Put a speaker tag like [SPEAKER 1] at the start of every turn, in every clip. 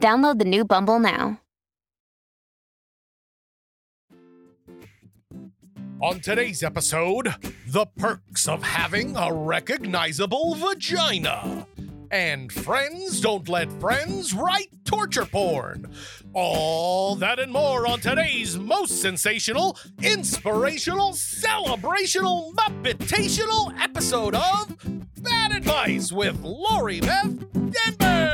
[SPEAKER 1] Download the new Bumble now.
[SPEAKER 2] On today's episode, the perks of having a recognizable vagina. And friends don't let friends write torture porn. All that and more on today's most sensational, inspirational, celebrational, muppetational episode of Bad Advice with Lori Beth Denver.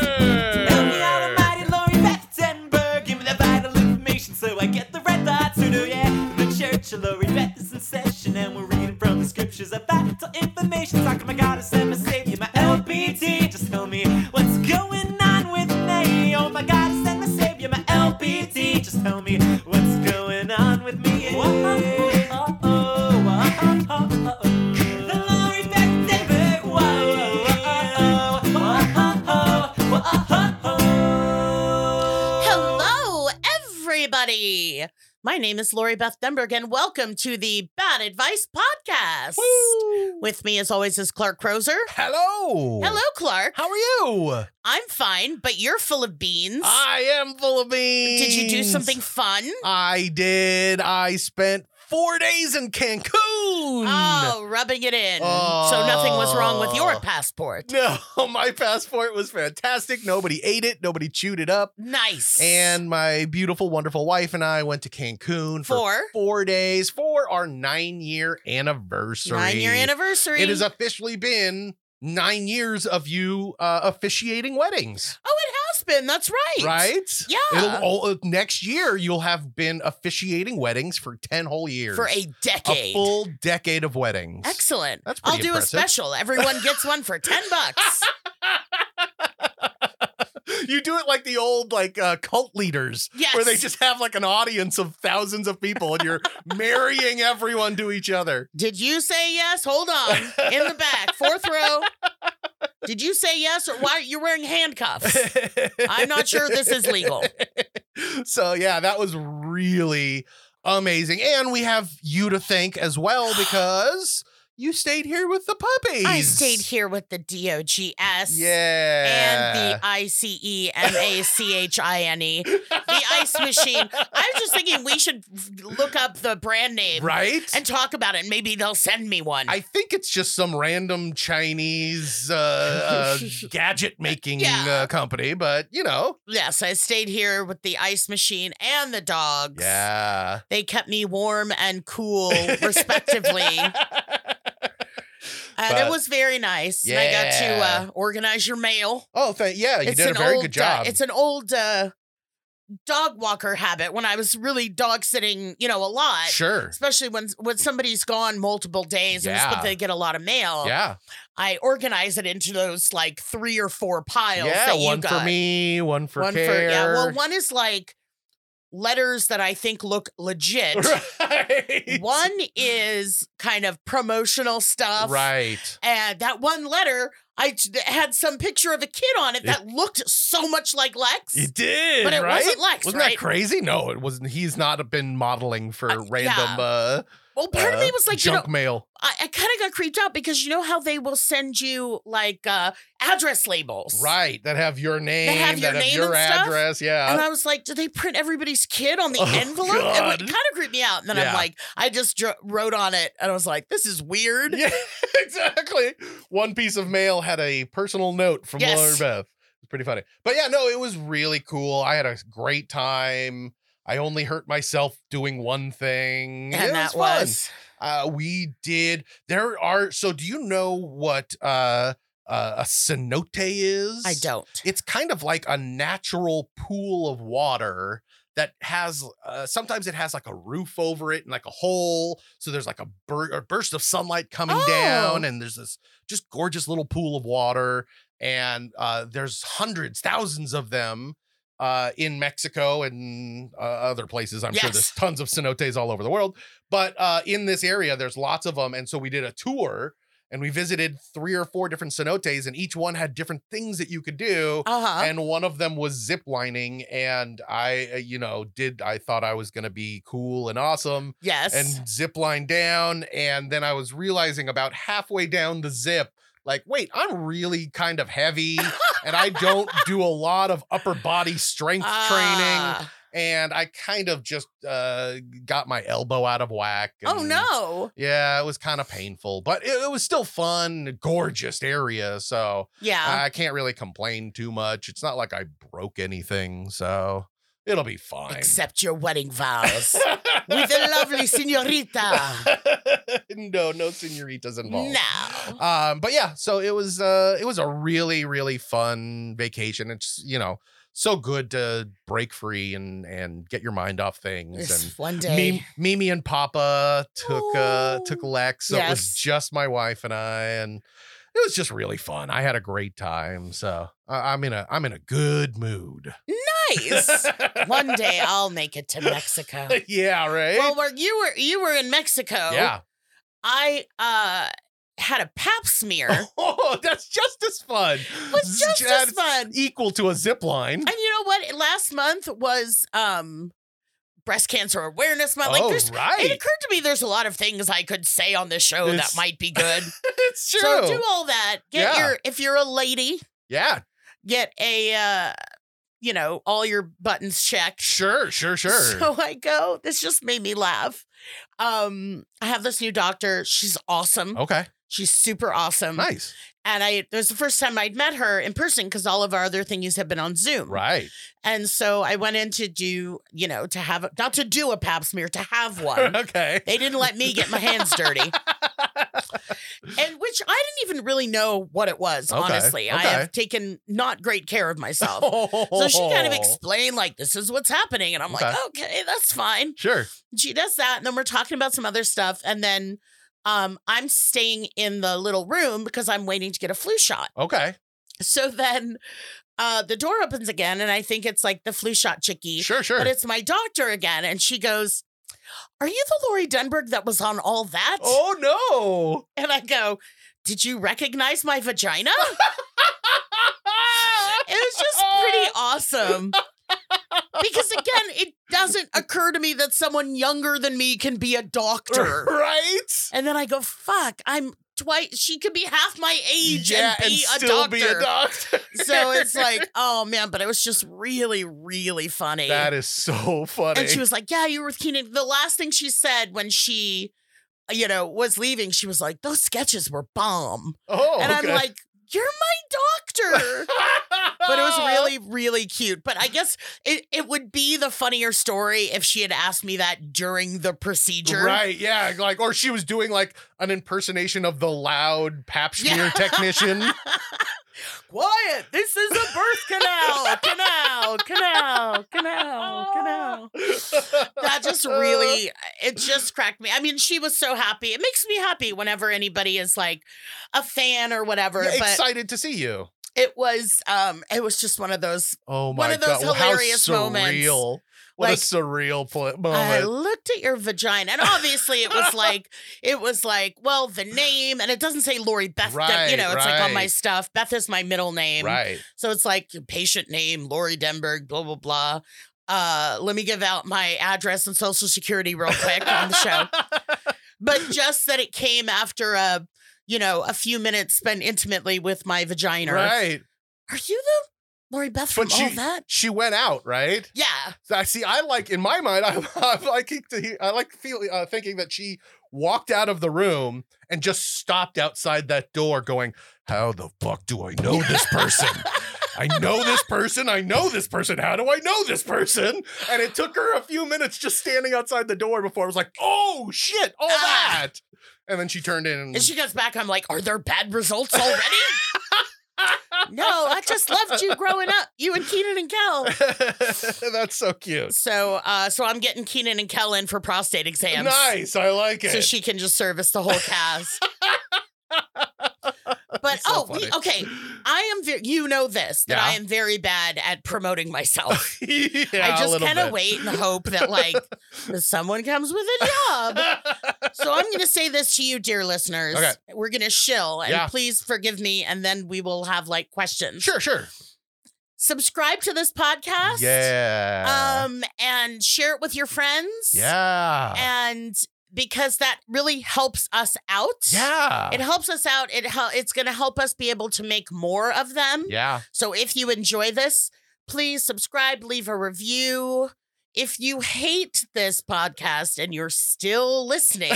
[SPEAKER 3] Help me out, almighty Lori Bettenberg. Give me the vital information so I get the red light sooner, yeah. The church of Lori Bett is in session and we're reading from the scriptures of vital information. Talking my goddess and my savior, my LBT. Just tell me what's going on with me. Oh, my goddess and my savior, my LBT. Just tell me what's going on with me. Whoa, oh, oh, oh, oh, oh. The Lori Bettenberg Whoa, whoa, whoa, whoa, whoa, whoa, whoa.
[SPEAKER 4] Hello, everybody. My name is Lori Beth Denberg, and welcome to the Bad Advice Podcast. With me, as always, is Clark Crozer.
[SPEAKER 2] Hello.
[SPEAKER 4] Hello, Clark.
[SPEAKER 2] How are you?
[SPEAKER 4] I'm fine, but you're full of beans.
[SPEAKER 2] I am full of beans.
[SPEAKER 4] Did you do something fun?
[SPEAKER 2] I did. I spent four days in Cancun.
[SPEAKER 4] Oh, rubbing it in. so nothing was wrong with
[SPEAKER 2] Oh.
[SPEAKER 4] your passport.
[SPEAKER 2] No, my passport was fantastic. Nobody ate it, nobody chewed it up.
[SPEAKER 4] Nice.
[SPEAKER 2] And my beautiful, wonderful wife and I went to Cancun for
[SPEAKER 4] Four.
[SPEAKER 2] four days for our nine year anniversary.
[SPEAKER 4] nine year anniversary.
[SPEAKER 2] It has officially been nine years of you uh, officiating weddings,
[SPEAKER 4] oh, it has been. That's right.
[SPEAKER 2] right?
[SPEAKER 4] Yeah.
[SPEAKER 2] It'll, all, uh, next year, you'll have been officiating weddings for 10 whole years.
[SPEAKER 4] For a decade.
[SPEAKER 2] A full decade of weddings.
[SPEAKER 4] Excellent.
[SPEAKER 2] That's
[SPEAKER 4] I'll
[SPEAKER 2] pretty
[SPEAKER 4] do
[SPEAKER 2] impressive.
[SPEAKER 4] a special. Everyone gets one for 10 bucks.
[SPEAKER 2] you do it like the old like uh, cult leaders
[SPEAKER 4] Yes.
[SPEAKER 2] where they just have like an audience of thousands of people and you're marrying everyone to each other
[SPEAKER 4] Did you say yes? Hold on. In the back, fourth row. Did you say yes or why you're wearing handcuffs? I'm not sure this is legal.
[SPEAKER 2] so yeah that was really amazing and we have you to thank as well because you stayed here with the puppies
[SPEAKER 4] I stayed here with the DOGS.
[SPEAKER 2] yeah
[SPEAKER 4] And the I C E M A C H I N E, the ice machine. I was just thinking we should look up the brand name
[SPEAKER 2] right
[SPEAKER 4] and talk about it. Maybe they'll send me one.
[SPEAKER 2] I think it's just some random Chinese uh, uh, gadget making
[SPEAKER 4] Yeah.
[SPEAKER 2] uh, company, but you know,
[SPEAKER 4] yes, I stayed here with the ice machine and the dogs.
[SPEAKER 2] yeah.
[SPEAKER 4] They kept me warm and cool, respectively. And
[SPEAKER 2] But-
[SPEAKER 4] it Uh, was very nice. And I got
[SPEAKER 2] Yeah.
[SPEAKER 4] to uh, organize your mail.
[SPEAKER 2] Oh, thank yeah, you did a very
[SPEAKER 4] old,
[SPEAKER 2] good job.
[SPEAKER 4] Uh, it's an old uh, dog walker habit. When I was really dog sitting, you know, a lot,
[SPEAKER 2] sure.
[SPEAKER 4] especially when when somebody's gone multiple days, and
[SPEAKER 2] Yeah.
[SPEAKER 4] just, but they get a lot of mail.
[SPEAKER 2] Yeah,
[SPEAKER 4] I organize it into those like three or four piles.
[SPEAKER 2] yeah.
[SPEAKER 4] that you
[SPEAKER 2] One
[SPEAKER 4] got.
[SPEAKER 2] for me, one for
[SPEAKER 4] one
[SPEAKER 2] care.
[SPEAKER 4] for yeah. Well, one is like letters that I think look legit.
[SPEAKER 2] right.
[SPEAKER 4] One is kind of promotional stuff.
[SPEAKER 2] right.
[SPEAKER 4] And that one letter, I t- had some picture of a kid on it that looked so much like Lex.
[SPEAKER 2] You did,
[SPEAKER 4] But it
[SPEAKER 2] right?
[SPEAKER 4] wasn't Lex,
[SPEAKER 2] Wasn't that
[SPEAKER 4] right?
[SPEAKER 2] crazy? No, it wasn't. He's not been modeling for
[SPEAKER 4] Uh,
[SPEAKER 2] random.
[SPEAKER 4] yeah.
[SPEAKER 2] Uh,
[SPEAKER 4] well, part of me
[SPEAKER 2] uh,
[SPEAKER 4] was like, you know,
[SPEAKER 2] junk mail.
[SPEAKER 4] I, I kind of got creeped out because you know how they will send you like uh, address labels.
[SPEAKER 2] Right, that have your name,
[SPEAKER 4] have your
[SPEAKER 2] that have
[SPEAKER 4] name
[SPEAKER 2] your
[SPEAKER 4] and stuff?
[SPEAKER 2] address. Yeah,
[SPEAKER 4] And I was like, do they print everybody's kid on the
[SPEAKER 2] uh Oh,
[SPEAKER 4] envelope? It,
[SPEAKER 2] God.
[SPEAKER 4] kind of creeped me out. And then
[SPEAKER 2] Yeah.
[SPEAKER 4] I'm like, I just dr- wrote on it and I was like, this is weird.
[SPEAKER 2] Yeah, exactly. One piece of mail had a personal note from
[SPEAKER 4] Yes.
[SPEAKER 2] Laura Beth. It's pretty funny. But yeah, no, it was really cool. I had a great time. I only hurt myself doing one thing.
[SPEAKER 4] And
[SPEAKER 2] It
[SPEAKER 4] that
[SPEAKER 2] fun.
[SPEAKER 4] was.
[SPEAKER 2] Uh, we did. There are. So, do you know what uh, uh, a cenote is?
[SPEAKER 4] I don't.
[SPEAKER 2] It's kind of like a natural pool of water that has uh, sometimes it has like a roof over it and like a hole so there's like a, bur- a burst of sunlight coming down
[SPEAKER 4] Oh.
[SPEAKER 2] and there's this just gorgeous little pool of water and uh, there's hundreds thousands of them uh, in Mexico and uh, other places. I'm sure
[SPEAKER 4] Yes.
[SPEAKER 2] there's tons of cenotes all over the world, but uh, in this area, there's lots of them. And so we did a tour and we visited three or four different cenotes, and each one had different things that you could do.
[SPEAKER 4] Uh huh.
[SPEAKER 2] And one of them was zip lining, and I, uh, you know, did I thought I was gonna be cool and awesome,
[SPEAKER 4] Yes.
[SPEAKER 2] and zip line down. And then I was realizing about halfway down the zip, like, wait, I'm really kind of heavy and I don't do a lot of upper body strength training.
[SPEAKER 4] Ah.
[SPEAKER 2] And I kind of just uh, got my elbow out of whack.
[SPEAKER 4] Oh
[SPEAKER 2] and-
[SPEAKER 4] no.
[SPEAKER 2] Yeah, it was kind of painful, but it, it was still fun, gorgeous area. So
[SPEAKER 4] Yeah.
[SPEAKER 2] I can't really complain too much. It's not like I broke anything. So it'll be fine.
[SPEAKER 4] Accept your wedding vows with the lovely senorita.
[SPEAKER 2] no, no senoritas involved.
[SPEAKER 4] No.
[SPEAKER 2] Um, but yeah, so it was uh it was a really, really fun vacation. It's you know, so good to break free and and get your mind off things.
[SPEAKER 4] Yes,
[SPEAKER 2] And
[SPEAKER 4] one day.
[SPEAKER 2] Mimi, Mimi and Papa took uh
[SPEAKER 4] Oh.
[SPEAKER 2] took Lex. So it was
[SPEAKER 4] Yes.
[SPEAKER 2] just my wife and I and it was just really fun. I had a great time. So I, I'm in a I'm in a good mood.
[SPEAKER 4] Nice. one day I'll make it to Mexico.
[SPEAKER 2] yeah, right.
[SPEAKER 4] Well, where you were you were in Mexico.
[SPEAKER 2] yeah.
[SPEAKER 4] I uh had a pap smear.
[SPEAKER 2] Oh, that's just as fun.
[SPEAKER 4] was just as
[SPEAKER 2] That's
[SPEAKER 4] fun.
[SPEAKER 2] Equal to a zip line.
[SPEAKER 4] And you know what? Last month was um breast cancer awareness month. Like
[SPEAKER 2] oh,
[SPEAKER 4] there's
[SPEAKER 2] right.
[SPEAKER 4] it occurred to me there's a lot of things I could say on this show
[SPEAKER 2] It's-
[SPEAKER 4] that might be good.
[SPEAKER 2] it's true.
[SPEAKER 4] So do all that. Get
[SPEAKER 2] Yeah.
[SPEAKER 4] your if you're a lady,
[SPEAKER 2] yeah,
[SPEAKER 4] get a uh you know, all your buttons checked.
[SPEAKER 2] sure, sure, sure.
[SPEAKER 4] So I go, this just made me laugh. Um, I have this new doctor. She's awesome.
[SPEAKER 2] okay,
[SPEAKER 4] She's super awesome.
[SPEAKER 2] Oh. nice.
[SPEAKER 4] And I it was the first time I'd met her in person because all of our other thingies have been on Zoom.
[SPEAKER 2] Right.
[SPEAKER 4] And so I went in to do, you know, to have not to do a pap smear, to have one.
[SPEAKER 2] okay.
[SPEAKER 4] they didn't let me get my hands dirty. and which I didn't even really know what it was,
[SPEAKER 2] Okay,
[SPEAKER 4] honestly. I
[SPEAKER 2] okay.
[SPEAKER 4] have taken not great care of myself.
[SPEAKER 2] so
[SPEAKER 4] So she kind
[SPEAKER 2] Oh.
[SPEAKER 4] of explained, like, this is what's happening. And I'm like, okay, that's fine.
[SPEAKER 2] Sure.
[SPEAKER 4] She does that. And then we're talking about some other stuff. And then um, I'm staying in the little room because I'm waiting to get a flu shot.
[SPEAKER 2] Okay.
[SPEAKER 4] So then uh, the door opens again. And I think it's like the flu shot chickie,
[SPEAKER 2] Sure. Sure.
[SPEAKER 4] but it's my doctor again. And she goes, Are you the Lori Denberg that was on all that?
[SPEAKER 2] oh no.
[SPEAKER 4] And I go, Did you recognize my vagina? It was just pretty awesome. Because again, it doesn't occur to me that someone younger than me can be a doctor.
[SPEAKER 2] right.
[SPEAKER 4] And then I go, fuck, I'm twice, she could be half my age
[SPEAKER 2] yeah,
[SPEAKER 4] and, be, a
[SPEAKER 2] still
[SPEAKER 4] doctor.
[SPEAKER 2] be a doctor.
[SPEAKER 4] so it's like, oh man, but it was just really, really funny.
[SPEAKER 2] that is so funny.
[SPEAKER 4] and she was like, yeah, you were with Keenan. The last thing she said when she, you know, was leaving, she was like, those sketches were bomb.
[SPEAKER 2] oh,
[SPEAKER 4] and
[SPEAKER 2] okay.
[SPEAKER 4] I'm like, you're my doctor. but it was really really cute but i guess it, it would be the funnier story if she had asked me that during the procedure
[SPEAKER 2] Right, yeah, like or she was doing like an impersonation of the loud pap
[SPEAKER 4] Yeah.
[SPEAKER 2] smear technician.
[SPEAKER 4] quiet this is a birth canal canal canal canal canal that just really it just cracked me i mean she was so happy it makes me happy whenever anybody is like a fan or whatever
[SPEAKER 2] Yeah,
[SPEAKER 4] but
[SPEAKER 2] excited to see you.
[SPEAKER 4] it was um it was just one of those
[SPEAKER 2] Oh my
[SPEAKER 4] One of those
[SPEAKER 2] god! Well, how
[SPEAKER 4] hilarious moments.
[SPEAKER 2] surreal. What a
[SPEAKER 4] Like,
[SPEAKER 2] surreal pl-
[SPEAKER 4] I
[SPEAKER 2] moment.
[SPEAKER 4] looked at your vagina, and obviously it was like it was like well the name, and it doesn't say Lori Beth. Dem- you
[SPEAKER 2] Right,
[SPEAKER 4] know, it's like on my
[SPEAKER 2] right.
[SPEAKER 4] stuff. Beth is my middle name,
[SPEAKER 2] right.
[SPEAKER 4] so it's like your patient name Lori Denberg. Blah blah blah. Uh, let me give out my address and social security real quick on the show. But just that it came after a you know a few minutes spent intimately with my vagina.
[SPEAKER 2] Right.
[SPEAKER 4] Are you the Lori Beth from
[SPEAKER 2] But she
[SPEAKER 4] all that?
[SPEAKER 2] she went out, right?
[SPEAKER 4] Yeah.
[SPEAKER 2] So I see I like in my mind I, I like to hear- I like feeling uh, thinking that she walked out of the room and just stopped outside that door going, "How the fuck do I know this person?" I know this person. I know this person. How do I know this person? And it took her a few minutes just standing outside the door before I was like, "Oh shit, all
[SPEAKER 4] Ah.
[SPEAKER 2] that." And then she turned in and
[SPEAKER 4] And she goes back. I'm like, are there bad results already? no, I just loved you growing up, you and Keenan and Kel.
[SPEAKER 2] That's so cute.
[SPEAKER 4] So, uh, so I'm getting Keenan and Kel in for prostate exams.
[SPEAKER 2] Nice. I like it.
[SPEAKER 4] So she can just service the whole cast. But
[SPEAKER 2] So
[SPEAKER 4] oh, we,
[SPEAKER 2] funny.
[SPEAKER 4] okay. I am. Very, you know this that
[SPEAKER 2] Yeah.
[SPEAKER 4] I am very bad at promoting myself.
[SPEAKER 2] yeah,
[SPEAKER 4] I
[SPEAKER 2] a
[SPEAKER 4] just
[SPEAKER 2] little
[SPEAKER 4] kind of
[SPEAKER 2] bit.
[SPEAKER 4] wait and hope that like someone comes with a job. So I'm going to say this to you, dear listeners.
[SPEAKER 2] Okay.
[SPEAKER 4] We're going to shill, and
[SPEAKER 2] Yeah.
[SPEAKER 4] please forgive me, and then we will have like questions.
[SPEAKER 2] sure, sure.
[SPEAKER 4] Subscribe to this podcast.
[SPEAKER 2] Yeah.
[SPEAKER 4] Um, and share it with your friends.
[SPEAKER 2] yeah.
[SPEAKER 4] And because that really helps us out.
[SPEAKER 2] yeah.
[SPEAKER 4] It helps us out. It hel- it's going to help us be able to make more of them.
[SPEAKER 2] yeah.
[SPEAKER 4] So if you enjoy this, please subscribe, leave a review. If you hate this podcast and you're still listening,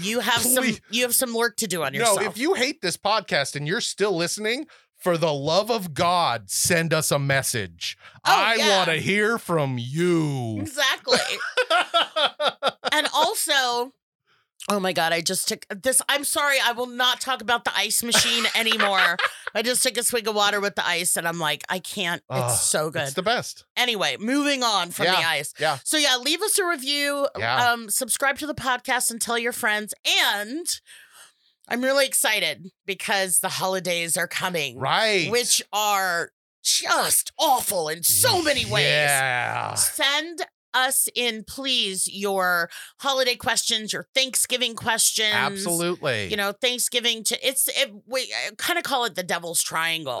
[SPEAKER 4] you have
[SPEAKER 2] Please.
[SPEAKER 4] some you have some work to do on
[SPEAKER 2] No,
[SPEAKER 4] yourself.
[SPEAKER 2] if you hate this podcast and you're still listening, for the love of God, send us a message.
[SPEAKER 4] Oh,
[SPEAKER 2] I
[SPEAKER 4] yeah.
[SPEAKER 2] want to hear from you.
[SPEAKER 4] exactly. and also, oh my god, I just took this. I'm sorry, I will not talk about the ice machine anymore. I just took a swig of water with the ice and I'm like, I can't.
[SPEAKER 2] Oh,
[SPEAKER 4] it's so good.
[SPEAKER 2] It's the best.
[SPEAKER 4] anyway, moving on from the ice.
[SPEAKER 2] yeah.
[SPEAKER 4] So yeah, leave us a review.
[SPEAKER 2] Yeah.
[SPEAKER 4] Um, subscribe to the podcast and tell your friends. And I'm really excited because the holidays are coming,
[SPEAKER 2] Right.
[SPEAKER 4] which are just awful in so many ways.
[SPEAKER 2] Yeah.
[SPEAKER 4] Send us in, please, your holiday questions, your Thanksgiving questions.
[SPEAKER 2] Absolutely.
[SPEAKER 4] You know, Thanksgiving to it's it, we kind of call it the devil's triangle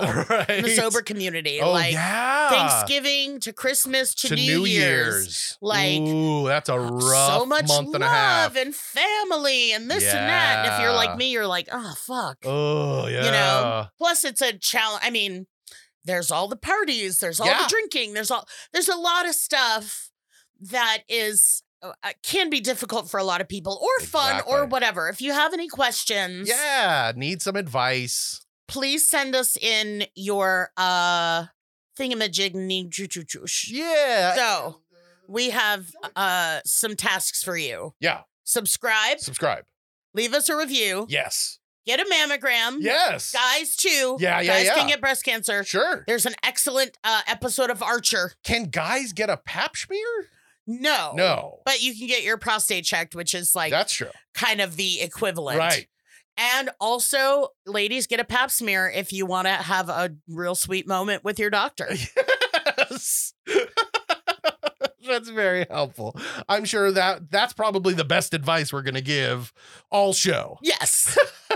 [SPEAKER 2] right.
[SPEAKER 4] in the sober community.
[SPEAKER 2] Oh,
[SPEAKER 4] like
[SPEAKER 2] yeah.
[SPEAKER 4] Thanksgiving to Christmas to, New, Year's. Like,
[SPEAKER 2] Ooh, that's a rough
[SPEAKER 4] so much
[SPEAKER 2] month
[SPEAKER 4] love
[SPEAKER 2] and a half.
[SPEAKER 4] and family and this and that. And if you're
[SPEAKER 2] Yeah.
[SPEAKER 4] like me, you're like, oh fuck.
[SPEAKER 2] oh, yeah.
[SPEAKER 4] You know, plus it's a challenge. I mean, there's all the parties, there's all
[SPEAKER 2] Yeah.
[SPEAKER 4] the drinking, there's all there's a lot of stuff that is uh, uh, can be difficult for a lot of people or fun or
[SPEAKER 2] Exactly.
[SPEAKER 4] whatever. If you have any questions,
[SPEAKER 2] Yeah. Need some advice.
[SPEAKER 4] please send us in your uh thingamajig need
[SPEAKER 2] Yeah. uh,
[SPEAKER 4] So we have uh some tasks for you.
[SPEAKER 2] yeah.
[SPEAKER 4] Subscribe,
[SPEAKER 2] Subscribe.
[SPEAKER 4] leave us a review,
[SPEAKER 2] Yes.
[SPEAKER 4] get a mammogram.
[SPEAKER 2] Yes.
[SPEAKER 4] Guys too.
[SPEAKER 2] Yeah, yeah,
[SPEAKER 4] Mm-hmm. Guys
[SPEAKER 2] yeah.
[SPEAKER 4] can get breast cancer.
[SPEAKER 2] Sure.
[SPEAKER 4] There's an excellent uh, episode of Archer.
[SPEAKER 2] Can guys get a pap smear?
[SPEAKER 4] No.
[SPEAKER 2] No.
[SPEAKER 4] But you can get your prostate checked, which is Oh, like
[SPEAKER 2] That's true.
[SPEAKER 4] kind of the equivalent.
[SPEAKER 2] Right.
[SPEAKER 4] And also, ladies, get a pap smear if you want to have a real sweet moment with your doctor.
[SPEAKER 2] Yes. that's very helpful. I'm sure that that's probably the best advice we're going to give all show.
[SPEAKER 4] yes.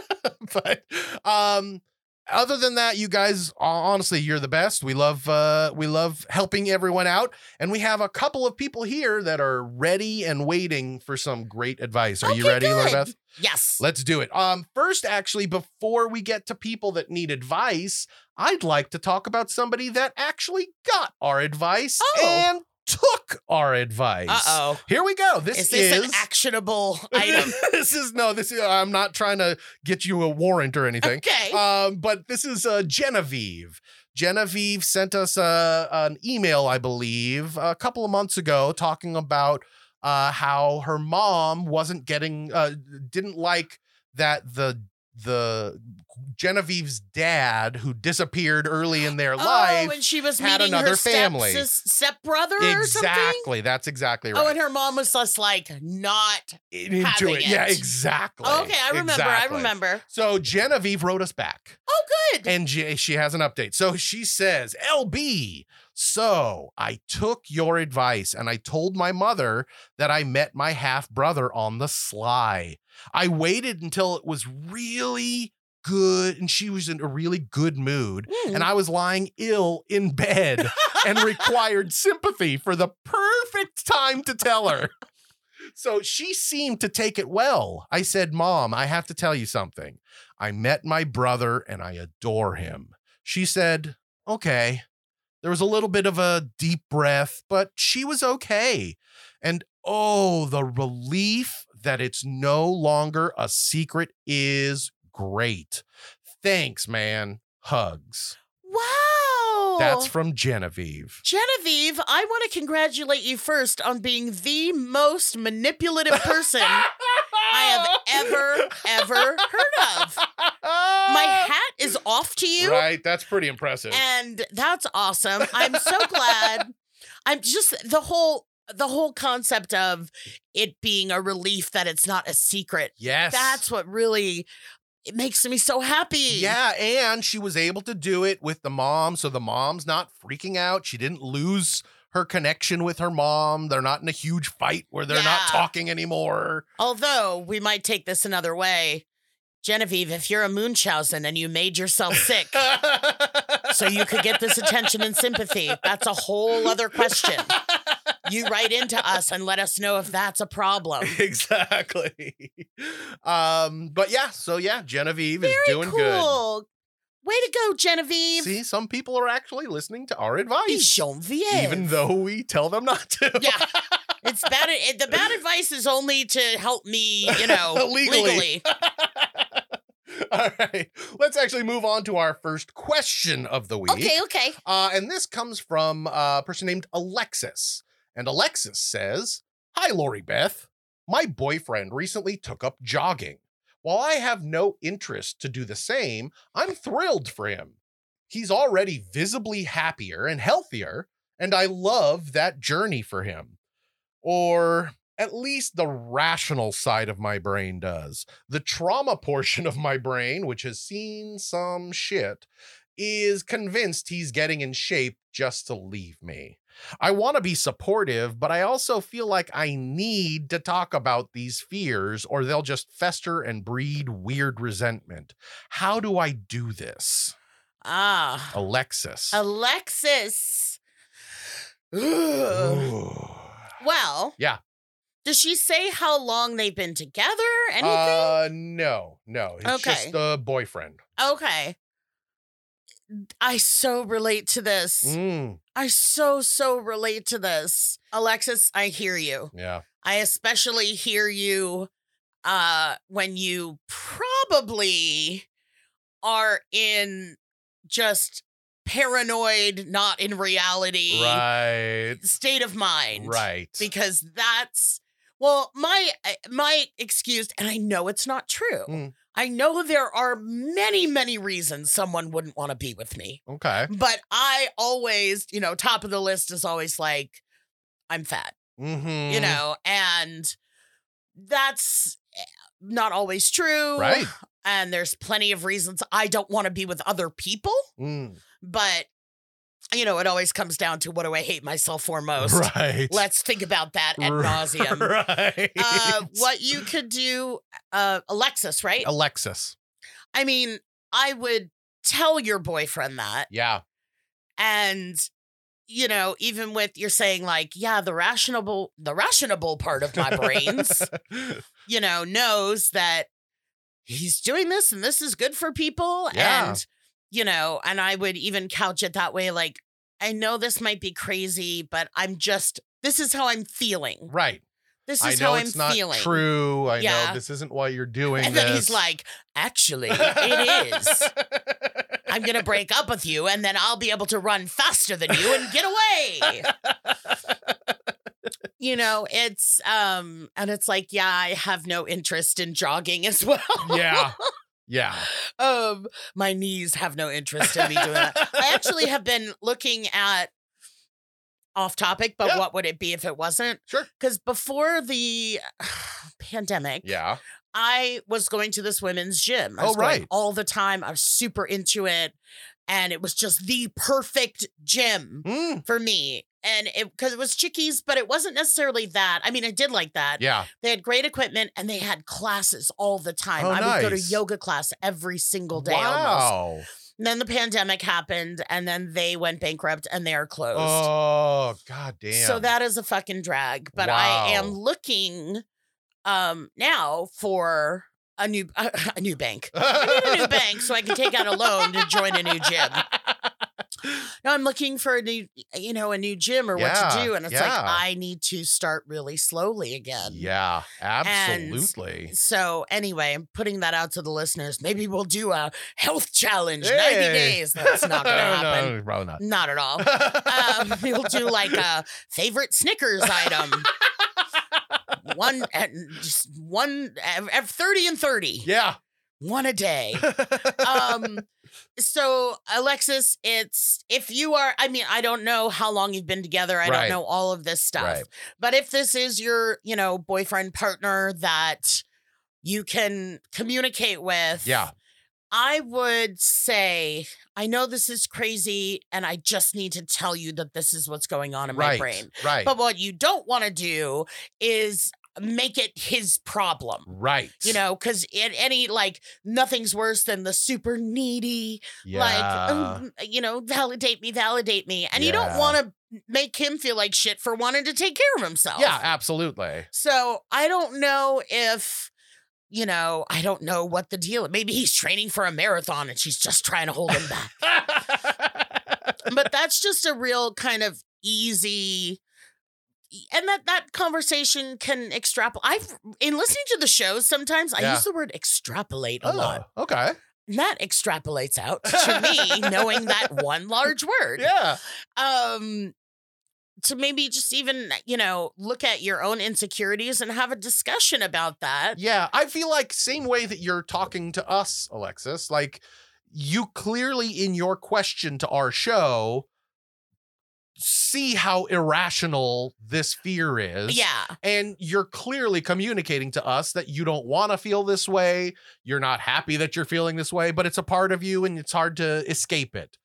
[SPEAKER 2] But um other than that, you guys honestly, you're the best. We love uh we love helping everyone out and we have a couple of people here that are ready and waiting for some great advice. Are you
[SPEAKER 4] Okay,
[SPEAKER 2] ready, Laura
[SPEAKER 4] good.
[SPEAKER 2] Beth?
[SPEAKER 4] Yes.
[SPEAKER 2] Let's do it. Um, first, actually, before we get to people that need advice, I'd like to talk about somebody that actually got our advice
[SPEAKER 4] Oh.
[SPEAKER 2] and took our advice.
[SPEAKER 4] Uh oh.
[SPEAKER 2] Here we go. This
[SPEAKER 4] Is
[SPEAKER 2] is,
[SPEAKER 4] this an actionable item?
[SPEAKER 2] this is no. This is, I'm not trying to get you a warrant or anything.
[SPEAKER 4] okay.
[SPEAKER 2] Um, but this is uh, Genevieve. Genevieve sent us uh an email, I believe, a couple of months ago, talking about uh, how her mom wasn't getting, uh, didn't like that the the Genevieve's dad, who disappeared early in their
[SPEAKER 4] Oh,
[SPEAKER 2] life,
[SPEAKER 4] and she was
[SPEAKER 2] had
[SPEAKER 4] meeting
[SPEAKER 2] another
[SPEAKER 4] her
[SPEAKER 2] family.
[SPEAKER 4] stepsis- stepbrother or something.
[SPEAKER 2] exactly. That's exactly
[SPEAKER 4] Oh,
[SPEAKER 2] right.
[SPEAKER 4] and her mom was just like not.
[SPEAKER 2] Into
[SPEAKER 4] having
[SPEAKER 2] it. yeah,
[SPEAKER 4] it.
[SPEAKER 2] exactly.
[SPEAKER 4] okay, I remember.
[SPEAKER 2] Exactly.
[SPEAKER 4] I remember.
[SPEAKER 2] So Genevieve wrote us back.
[SPEAKER 4] Oh, good.
[SPEAKER 2] And she, she has an update. So she says, LB, so I took your advice and I told my mother that I met my half brother on the sly. I waited until it was really good and she was in a really good mood.
[SPEAKER 4] Mm.
[SPEAKER 2] And I was lying ill in bed and required sympathy for the perfect time to tell her. So she seemed to take it well. I said, Mom, I have to tell you something. I met my brother and I adore him. She said, Okay. There was a little bit of a deep breath, but she was okay. And oh, the relief that it's no longer a secret is great. Thanks, man. Hugs.
[SPEAKER 4] wow.
[SPEAKER 2] That's from Genevieve.
[SPEAKER 4] Genevieve, I want to congratulate you first on being the most manipulative person I have ever, ever heard of. My hat is off to you,
[SPEAKER 2] Right, that's pretty impressive.
[SPEAKER 4] and that's awesome. I'm so glad. I'm just the whole the whole concept of it being a relief that it's not a secret.
[SPEAKER 2] yes,
[SPEAKER 4] That's what really It makes me so happy.
[SPEAKER 2] Yeah, and she was able to do it with the mom, so the mom's not freaking out. She didn't lose her connection with her mom. They're not in a huge fight where they're not
[SPEAKER 4] Yeah.
[SPEAKER 2] talking anymore.
[SPEAKER 4] Although we might take this another way. Genevieve, if you're a Munchausen and you made yourself sick so you could get this attention and sympathy, that's a whole other question. You write into us and let us know if that's a problem.
[SPEAKER 2] exactly. Um, but yeah, so yeah, Genevieve is doing good.
[SPEAKER 4] cool. Way to go, Genevieve.
[SPEAKER 2] See, some people are actually listening to our advice,
[SPEAKER 4] Genevieve.
[SPEAKER 2] even though we tell them not to.
[SPEAKER 4] Yeah. It's bad. It, the bad advice is only to help me, you know,
[SPEAKER 2] Legally.
[SPEAKER 4] legally.
[SPEAKER 2] All right, let's actually move on to our first question of the week.
[SPEAKER 4] Okay, okay.
[SPEAKER 2] Uh, and this comes from uh, a person named Alexis. And Alexis says, Hi, Lori Beth. My boyfriend recently took up jogging. While I have no interest to do the same, I'm thrilled for him. He's already visibly happier and healthier, and I love that journey for him. Or at least the rational side of my brain does. The trauma portion of my brain, which has seen some shit, is convinced he's getting in shape just to leave me. I want to be supportive, but I also feel like I need to talk about these fears or they'll just fester and breed weird resentment. How do I do this?
[SPEAKER 4] Ah,
[SPEAKER 2] Alexis.
[SPEAKER 4] Alexis. Ugh.
[SPEAKER 2] Ooh.
[SPEAKER 4] Well,
[SPEAKER 2] Yeah.
[SPEAKER 4] Does she say how long they've been together? Anything?
[SPEAKER 2] Uh, no, no. It's
[SPEAKER 4] Okay.
[SPEAKER 2] just a boyfriend.
[SPEAKER 4] okay. I so relate to this.
[SPEAKER 2] Mm,
[SPEAKER 4] I so, so relate to this. Alexis, I hear you.
[SPEAKER 2] yeah.
[SPEAKER 4] I especially hear you uh when you probably are in just paranoid, not in reality
[SPEAKER 2] Right.
[SPEAKER 4] state of mind.
[SPEAKER 2] Right.
[SPEAKER 4] Because that's well, my my excuse and I know it's not true.
[SPEAKER 2] Mm.
[SPEAKER 4] I know there are many many reasons someone wouldn't want to be with me.
[SPEAKER 2] Okay.
[SPEAKER 4] But I always, you know, top of the list is always like I'm fat
[SPEAKER 2] Mm-hmm.
[SPEAKER 4] you know, and that's eh, not always true.
[SPEAKER 2] Right.
[SPEAKER 4] And there's plenty of reasons I don't want to be with other people,
[SPEAKER 2] Mm.
[SPEAKER 4] but you know, it always comes down to what do I hate myself for most?
[SPEAKER 2] Right.
[SPEAKER 4] Let's think about that ad nauseum.
[SPEAKER 2] Right.
[SPEAKER 4] Uh, what you could do, uh, Alexis, right?
[SPEAKER 2] Alexis.
[SPEAKER 4] I mean, I would tell your boyfriend that.
[SPEAKER 2] Yeah.
[SPEAKER 4] And, you know, even with you're saying like, yeah, the rational, the rational part of my brains you know, knows that he's doing this and this is good for people.
[SPEAKER 2] Yeah.
[SPEAKER 4] And, you know, and I would even couch it that way like, I know this might be crazy, but I'm just, this is how I'm feeling.
[SPEAKER 2] right.
[SPEAKER 4] This
[SPEAKER 2] I
[SPEAKER 4] is
[SPEAKER 2] know
[SPEAKER 4] how
[SPEAKER 2] it's
[SPEAKER 4] I'm
[SPEAKER 2] not
[SPEAKER 4] feeling.
[SPEAKER 2] true. I know
[SPEAKER 4] Yeah.
[SPEAKER 2] this isn't why you're doing
[SPEAKER 4] And
[SPEAKER 2] this.
[SPEAKER 4] then he's like, actually, it is. I'm going to break up with you and then I'll be able to run faster than you and get away. you know, it's, um, and it's like, yeah, I have no interest in jogging as well.
[SPEAKER 2] yeah. Yeah.
[SPEAKER 4] um my knees have no interest in me doing that i actually have been looking at off topic but
[SPEAKER 2] Yeah.
[SPEAKER 4] what would it be if it wasn't
[SPEAKER 2] Sure.
[SPEAKER 4] because before the pandemic
[SPEAKER 2] Yeah.
[SPEAKER 4] i was going to this women's gym I
[SPEAKER 2] Oh,
[SPEAKER 4] was going
[SPEAKER 2] right.
[SPEAKER 4] all the time i was super into it and it was just the perfect gym
[SPEAKER 2] Mm.
[SPEAKER 4] for me and it because it was chickies but it wasn't necessarily that i mean i did like that
[SPEAKER 2] Yeah.
[SPEAKER 4] they had great equipment and they had classes all the time.
[SPEAKER 2] Oh,
[SPEAKER 4] I would go to
[SPEAKER 2] nice.
[SPEAKER 4] yoga class every single day almost.
[SPEAKER 2] Wow.
[SPEAKER 4] And then the pandemic happened and then they went bankrupt and they are closed.
[SPEAKER 2] Oh, god damn.
[SPEAKER 4] so that is a fucking drag. But I am
[SPEAKER 2] Wow.
[SPEAKER 4] looking um now for a new a new bank. I need a new
[SPEAKER 2] that
[SPEAKER 4] bank so I can take out a loan to join a new gym. Now I'm looking for a new, you know, a new gym or what
[SPEAKER 2] Yeah,
[SPEAKER 4] to do, and it's
[SPEAKER 2] yeah.
[SPEAKER 4] like I need to start really slowly again.
[SPEAKER 2] Yeah,
[SPEAKER 4] And-
[SPEAKER 2] absolutely.
[SPEAKER 4] So anyway, I'm putting that out to the listeners. Maybe we'll do a health challenge, 90
[SPEAKER 2] Hey. Oh,
[SPEAKER 4] days. That's not gonna
[SPEAKER 2] No,
[SPEAKER 4] happen.
[SPEAKER 2] No, probably not.
[SPEAKER 4] Not at all. Um, we'll do like a favorite Snickers item. one and just one ev- ev- 30 and 30.
[SPEAKER 2] yeah.
[SPEAKER 4] One a day. Um so Alexis, it's if you are I mean, I don't know how long you've been together. I
[SPEAKER 2] Right.
[SPEAKER 4] don't know all of this stuff.
[SPEAKER 2] Right.
[SPEAKER 4] But if this is your, you know, boyfriend partner that you can communicate with.
[SPEAKER 2] Yeah.
[SPEAKER 4] I would say, I know this is crazy, and I just need to tell you that this is what's going on in my
[SPEAKER 2] Right.
[SPEAKER 4] brain.
[SPEAKER 2] Right.
[SPEAKER 4] But what you don't want to do is make it his problem.
[SPEAKER 2] right.
[SPEAKER 4] You know, because in any like nothing's worse than the super needy, like
[SPEAKER 2] Yeah.
[SPEAKER 4] um, you know, validate me, validate me, and you don't
[SPEAKER 2] Yeah.
[SPEAKER 4] want to make him feel like shit for wanting to take care of himself.
[SPEAKER 2] yeah, absolutely.
[SPEAKER 4] So I don't know if, you know, I don't know what the deal. Maybe he's training for a marathon and she's just trying to hold him back. but that's just a real kind of easy e, and that that conversation can extrapolate. I've in listening to the shows sometimes I
[SPEAKER 2] Yeah.
[SPEAKER 4] use the word extrapolate a lot.
[SPEAKER 2] oh, okay.
[SPEAKER 4] And that extrapolates out to me knowing that one large word
[SPEAKER 2] Yeah.
[SPEAKER 4] um to maybe just even you know look at your own insecurities and have a discussion about that
[SPEAKER 2] Yeah, I feel like same way that you're talking to us, Alexis. Like you clearly in your question to our show see how irrational this fear is.
[SPEAKER 4] yeah
[SPEAKER 2] And you're clearly communicating to us that you don't want to feel this way. You're not happy that you're feeling this way, but it's a part of you and it's hard to escape it.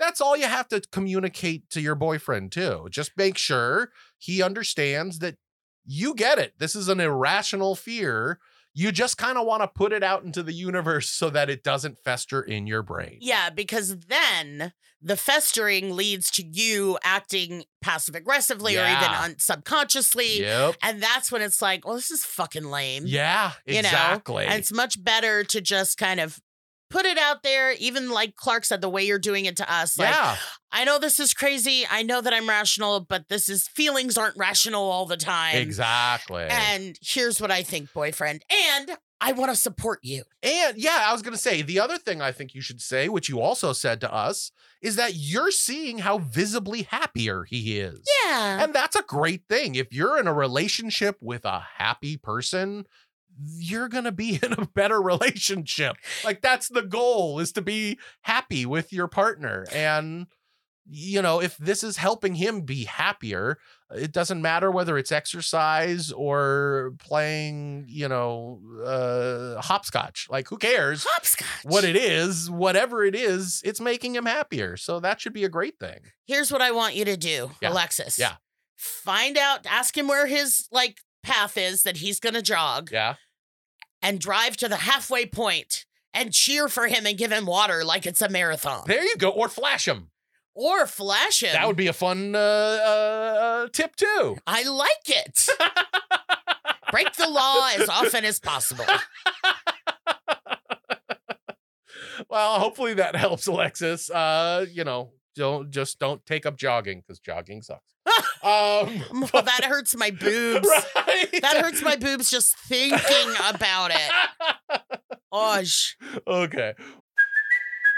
[SPEAKER 2] That's all you have to communicate to your boyfriend, too. Just make sure he understands that you get it. This is an irrational fear. You just kind of want to put it out into the universe so that it doesn't fester in your brain.
[SPEAKER 4] yeah because then the festering leads to you acting passive aggressively or even
[SPEAKER 2] Yeah.
[SPEAKER 4] un- subconsciously
[SPEAKER 2] Yep.
[SPEAKER 4] and that's when it's like well this is fucking lame
[SPEAKER 2] Yeah,
[SPEAKER 4] You know,
[SPEAKER 2] exactly.
[SPEAKER 4] and it's much better to just kind of put it out there even like clark said the way you're doing it to us like
[SPEAKER 2] yeah.
[SPEAKER 4] I know this is crazy. I know that I'm rational, but this is feelings aren't rational all the time.
[SPEAKER 2] Exactly.
[SPEAKER 4] And here's what I think, boyfriend. And I want to support you.
[SPEAKER 2] And yeah, I was going to say the other thing I think you should say, which you also said to us, is that you're seeing how visibly happier he is.
[SPEAKER 4] Yeah.
[SPEAKER 2] And that's a great thing. If you're in a relationship with a happy person, you're going to be in a better relationship. Like that's the goal is to be happy with your partner. And you know, if this is helping him be happier, it doesn't matter whether it's exercise or playing, you know, uh hopscotch. Like who cares?
[SPEAKER 4] Hopscotch.
[SPEAKER 2] What it is, whatever it is, it's making him happier. So that should be a great thing.
[SPEAKER 4] here's what I want you to do,
[SPEAKER 2] Yeah.
[SPEAKER 4] Alexis.
[SPEAKER 2] Yeah.
[SPEAKER 4] Find out, ask him where his like path is that he's going to jog
[SPEAKER 2] Yeah.
[SPEAKER 4] and drive to the halfway point and cheer for him and give him water like it's a marathon
[SPEAKER 2] There you go. Or flash him.
[SPEAKER 4] or flash him.
[SPEAKER 2] That would be a fun uh, uh, tip too.
[SPEAKER 4] I like it. Break the law as often as possible.
[SPEAKER 2] Well, hopefully that helps, Alexis. Uh, you know, don't just don't take up jogging because jogging sucks. um,
[SPEAKER 4] Well, that hurts my boobs.
[SPEAKER 2] right?
[SPEAKER 4] That hurts my boobs just thinking about it. Oh, sh-
[SPEAKER 2] okay.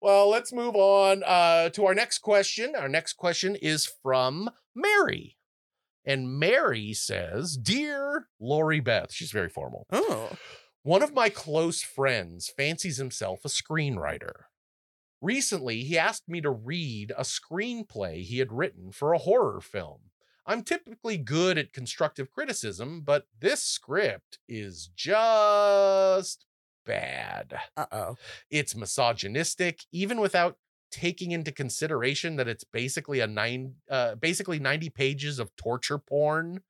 [SPEAKER 2] Well, let's move on uh, to our next question. Our next question is from Mary. And Mary says, Dear Lori Beth, she's very formal.
[SPEAKER 4] oh.
[SPEAKER 2] One of my close friends fancies himself a screenwriter. Recently, he asked me to read a screenplay he had written for a horror film. I'm typically good at constructive criticism, but this script is just bad.
[SPEAKER 4] Uh oh.
[SPEAKER 2] It's misogynistic, even without taking into consideration that it's basically a nine, uh, basically 90 pages of torture porn.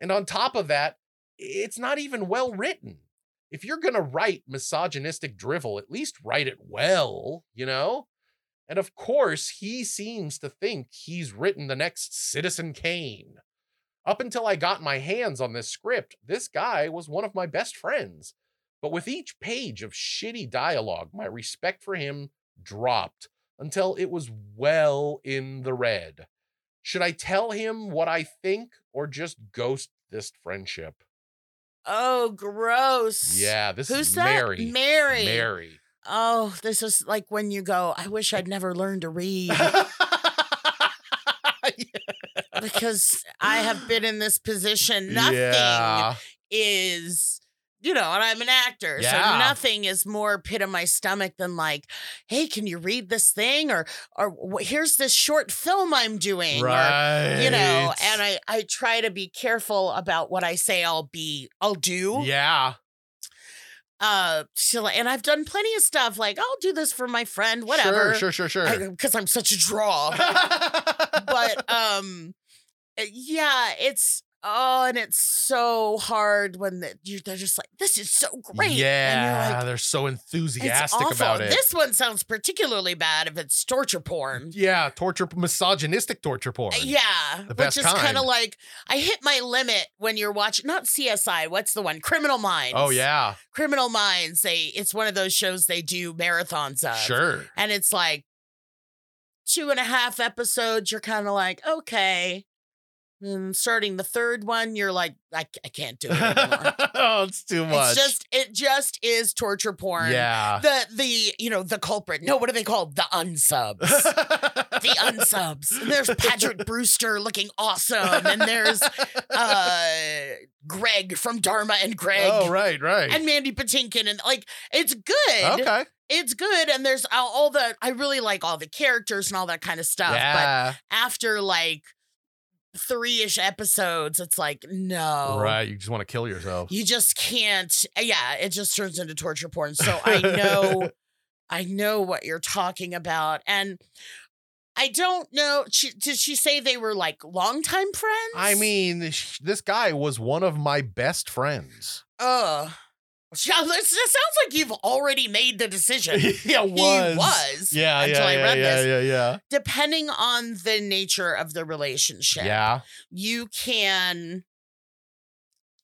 [SPEAKER 2] And on top of that, it's not even well written. If you're going to write misogynistic drivel, at least write it well, you know? And of course, he seems to think he's written the next Citizen Kane. Up until I got my hands on this script, this guy was one of my best friends. But with each page of shitty dialogue, my respect for him dropped until it was well in the red. Should I tell him what I think or just ghost this friendship?
[SPEAKER 4] Oh, gross.
[SPEAKER 2] Yeah, this
[SPEAKER 4] Who's
[SPEAKER 2] is
[SPEAKER 4] that?
[SPEAKER 2] Mary.
[SPEAKER 4] Mary.
[SPEAKER 2] Mary.
[SPEAKER 4] Oh, this is like when you go, I wish I'd never learned to read because I have been in this position. Nothing
[SPEAKER 2] Yeah.
[SPEAKER 4] is, you know, and I'm an actor.
[SPEAKER 2] Yeah.
[SPEAKER 4] So nothing is more pit of my stomach than like, hey, can you read this thing? Or, or "Wh- here's this short film I'm doing. or,
[SPEAKER 2] Right.
[SPEAKER 4] you know, and I, I try to be careful about what I say I'll be, I'll do.
[SPEAKER 2] Yeah.
[SPEAKER 4] Uh, so, and I've done plenty of stuff like, I'll do this for my friend, whatever.
[SPEAKER 2] Sure, sure, sure, sure.
[SPEAKER 4] because I'm such a draw. but um, yeah, it's oh, and it's so hard when the, you they're just like, this is so great.
[SPEAKER 2] Yeah,
[SPEAKER 4] and
[SPEAKER 2] they're so
[SPEAKER 4] you're like, it's
[SPEAKER 2] enthusiastic
[SPEAKER 4] awful.
[SPEAKER 2] about it.
[SPEAKER 4] This one sounds particularly bad if it's torture porn.
[SPEAKER 2] yeah, torture, misogynistic torture porn.
[SPEAKER 4] Uh, Yeah,
[SPEAKER 2] The
[SPEAKER 4] which
[SPEAKER 2] best
[SPEAKER 4] is kind of
[SPEAKER 2] kind.
[SPEAKER 4] like I hit my limit when you're watching not CSI. What's the one? Criminal Minds.
[SPEAKER 2] Oh yeah,
[SPEAKER 4] Criminal Minds. They it's one of those shows they do marathons of.
[SPEAKER 2] sure.
[SPEAKER 4] and it's like two and a half episodes you're kind of like okay and starting the third one you're like i, I can't do it anymore.
[SPEAKER 2] oh, it's too much.
[SPEAKER 4] it's just it just is torture porn
[SPEAKER 2] yeah.
[SPEAKER 4] the the you know the culprit no what are they called the unsubs the unsubs And there's patrick brewster looking awesome and there's uh greg from dharma and greg
[SPEAKER 2] Oh right, right.
[SPEAKER 4] and mandy patinkin and like it's good
[SPEAKER 2] okay.
[SPEAKER 4] it's good and there's all, all the i really like all the characters and all that kind of stuff
[SPEAKER 2] yeah.
[SPEAKER 4] but after like three-ish episodes it's like no
[SPEAKER 2] Right. You just want to kill yourself.
[SPEAKER 4] you just can't eh, yeah it just turns into torture porn so i know i know what you're talking about and i don't know she, did she say they were like longtime friends
[SPEAKER 2] I mean, sh- this guy was one of my best friends.
[SPEAKER 4] uh she- it sounds like you've already made the decision
[SPEAKER 2] yeah,
[SPEAKER 4] He was
[SPEAKER 2] Yeah,
[SPEAKER 4] until
[SPEAKER 2] yeah,
[SPEAKER 4] I
[SPEAKER 2] yeah,
[SPEAKER 4] read
[SPEAKER 2] yeah,
[SPEAKER 4] this.
[SPEAKER 2] yeah,
[SPEAKER 4] depending on the nature of the relationship,
[SPEAKER 2] yeah, yeah.
[SPEAKER 4] you can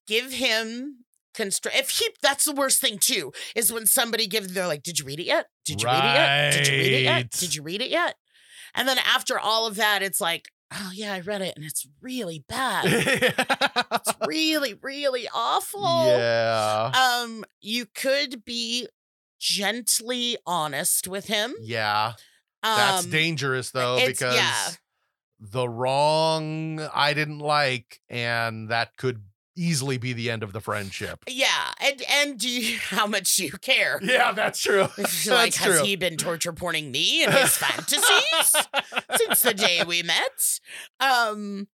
[SPEAKER 4] give him constraint. If he, that's the worst thing too, is when somebody gives, they're like, "Did you read it yet? Did you read it yet? Did you read it
[SPEAKER 2] Right.
[SPEAKER 4] yet? Did you read it yet?" And then after all of that, it's like, "Oh yeah, I read it, and it's really bad. it's really, really awful."
[SPEAKER 2] yeah.
[SPEAKER 4] Um, you could be gently honest with him.
[SPEAKER 2] Yeah.
[SPEAKER 4] Um,
[SPEAKER 2] That's dangerous though
[SPEAKER 4] it's-
[SPEAKER 2] because
[SPEAKER 4] yeah.
[SPEAKER 2] the wrong I didn't like and that could easily be the end of the friendship.
[SPEAKER 4] Yeah, and and do you, how much do you care?
[SPEAKER 2] Yeah, that's true.
[SPEAKER 4] It's like, has he been torture porning me in his fantasies since the day we met? Um,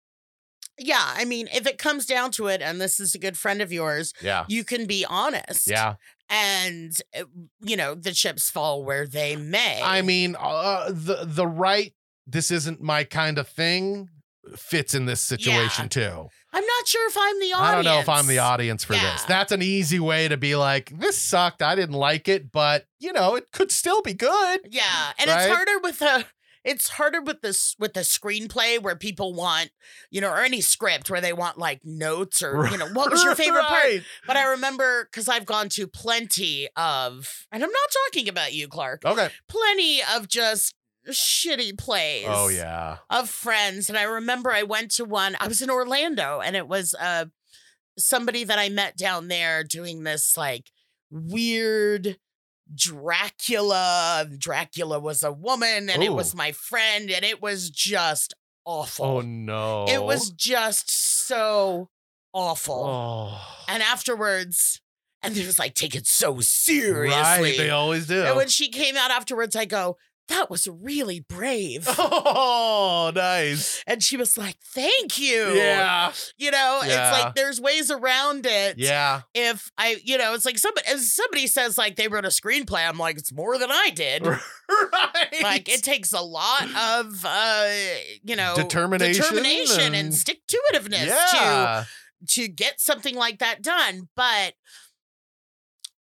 [SPEAKER 4] yeah, I mean, if it comes down to it, and this is a good friend of yours,
[SPEAKER 2] yeah.
[SPEAKER 4] you can be honest.
[SPEAKER 2] Yeah.
[SPEAKER 4] And, uh, you know, the chips fall where they may.
[SPEAKER 2] I mean, uh, the the right this isn't my kind of thing fits in this situation too.
[SPEAKER 4] I'm not sure if I'm the audience.
[SPEAKER 2] I don't know if I'm the audience for this.
[SPEAKER 4] Yeah.
[SPEAKER 2] That's an easy way to be like, this sucked. I didn't like it, but you know, it could still be good.
[SPEAKER 4] Yeah, and
[SPEAKER 2] Right?
[SPEAKER 4] it's harder with the it's harder with this with the screenplay where people want you know or any script where they want like notes or you know what was your favorite part.
[SPEAKER 2] Right.
[SPEAKER 4] But I remember because I've gone to plenty of, and I'm not talking about you, Clark.
[SPEAKER 2] Okay.
[SPEAKER 4] Plenty of just shitty plays.
[SPEAKER 2] Oh yeah.
[SPEAKER 4] Of friends, and I remember I went to one. I was in Orlando, and it was uh somebody that I met down there doing this like weird Dracula. Dracula was a woman, and it
[SPEAKER 2] Ooh.
[SPEAKER 4] was my friend, and it was just awful.
[SPEAKER 2] Oh no.
[SPEAKER 4] It was just so awful.
[SPEAKER 2] Oh.
[SPEAKER 4] And afterwards, and they was like, take it so seriously.
[SPEAKER 2] Right. They always do.
[SPEAKER 4] and when she came out afterwards, I go, that was really brave.
[SPEAKER 2] oh, nice.
[SPEAKER 4] and she was like, thank you.
[SPEAKER 2] Yeah.
[SPEAKER 4] You know,
[SPEAKER 2] Yeah.
[SPEAKER 4] it's like there's ways around it.
[SPEAKER 2] Yeah.
[SPEAKER 4] If I, you know, it's like somebody, if somebody says like they wrote a screenplay, I'm like, it's more than I did.
[SPEAKER 2] right.
[SPEAKER 4] Like it takes a lot of, uh, you know,
[SPEAKER 2] Determination
[SPEAKER 4] determination and,
[SPEAKER 2] and-
[SPEAKER 4] stick to itiveness to
[SPEAKER 2] yeah.
[SPEAKER 4] to get something like that done but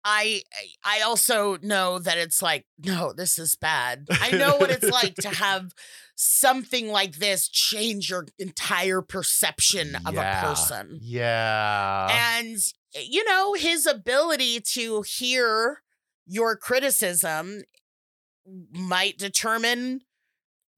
[SPEAKER 4] i i also know that it's like no this is bad i know what it's like to have something like this change your entire perception of
[SPEAKER 2] Yeah.
[SPEAKER 4] a person
[SPEAKER 2] Yeah.
[SPEAKER 4] and you know his ability to hear your criticism might determine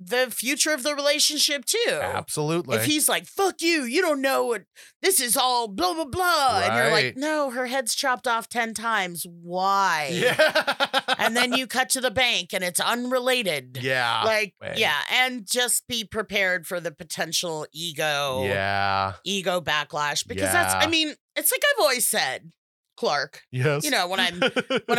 [SPEAKER 4] the future of the relationship too.
[SPEAKER 2] Absolutely.
[SPEAKER 4] If he's like, fuck you, you don't know what this is all blah blah blah. And you're
[SPEAKER 2] Right.
[SPEAKER 4] like, no, her head's chopped off ten times. Why?
[SPEAKER 2] yeah.
[SPEAKER 4] and then you cut to the bank and it's unrelated.
[SPEAKER 2] yeah.
[SPEAKER 4] Like,
[SPEAKER 2] way.
[SPEAKER 4] yeah, and just be prepared for the potential ego
[SPEAKER 2] yeah.
[SPEAKER 4] ego backlash because that's I
[SPEAKER 2] Yeah.
[SPEAKER 4] mean, it's like I've always said, Clark,
[SPEAKER 2] Yes.
[SPEAKER 4] you know, when I'm when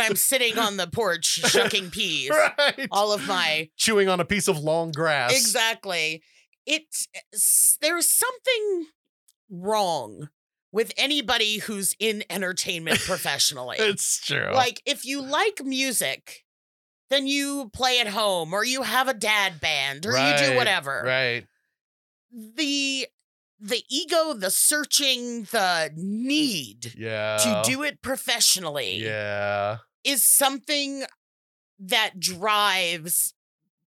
[SPEAKER 4] I'm sitting on the porch shucking peas,
[SPEAKER 2] right.
[SPEAKER 4] all of my
[SPEAKER 2] Chewing on a piece of long grass.
[SPEAKER 4] Exactly. It's eh, s- there's something wrong with anybody who's in entertainment professionally.
[SPEAKER 2] It's true.
[SPEAKER 4] like if you like music, then you play at home or you have a dad band or you do
[SPEAKER 2] Right,
[SPEAKER 4] whatever.
[SPEAKER 2] right.
[SPEAKER 4] The the ego, the searching, the need
[SPEAKER 2] Yeah.
[SPEAKER 4] to do it professionally
[SPEAKER 2] Yeah.
[SPEAKER 4] is something that drives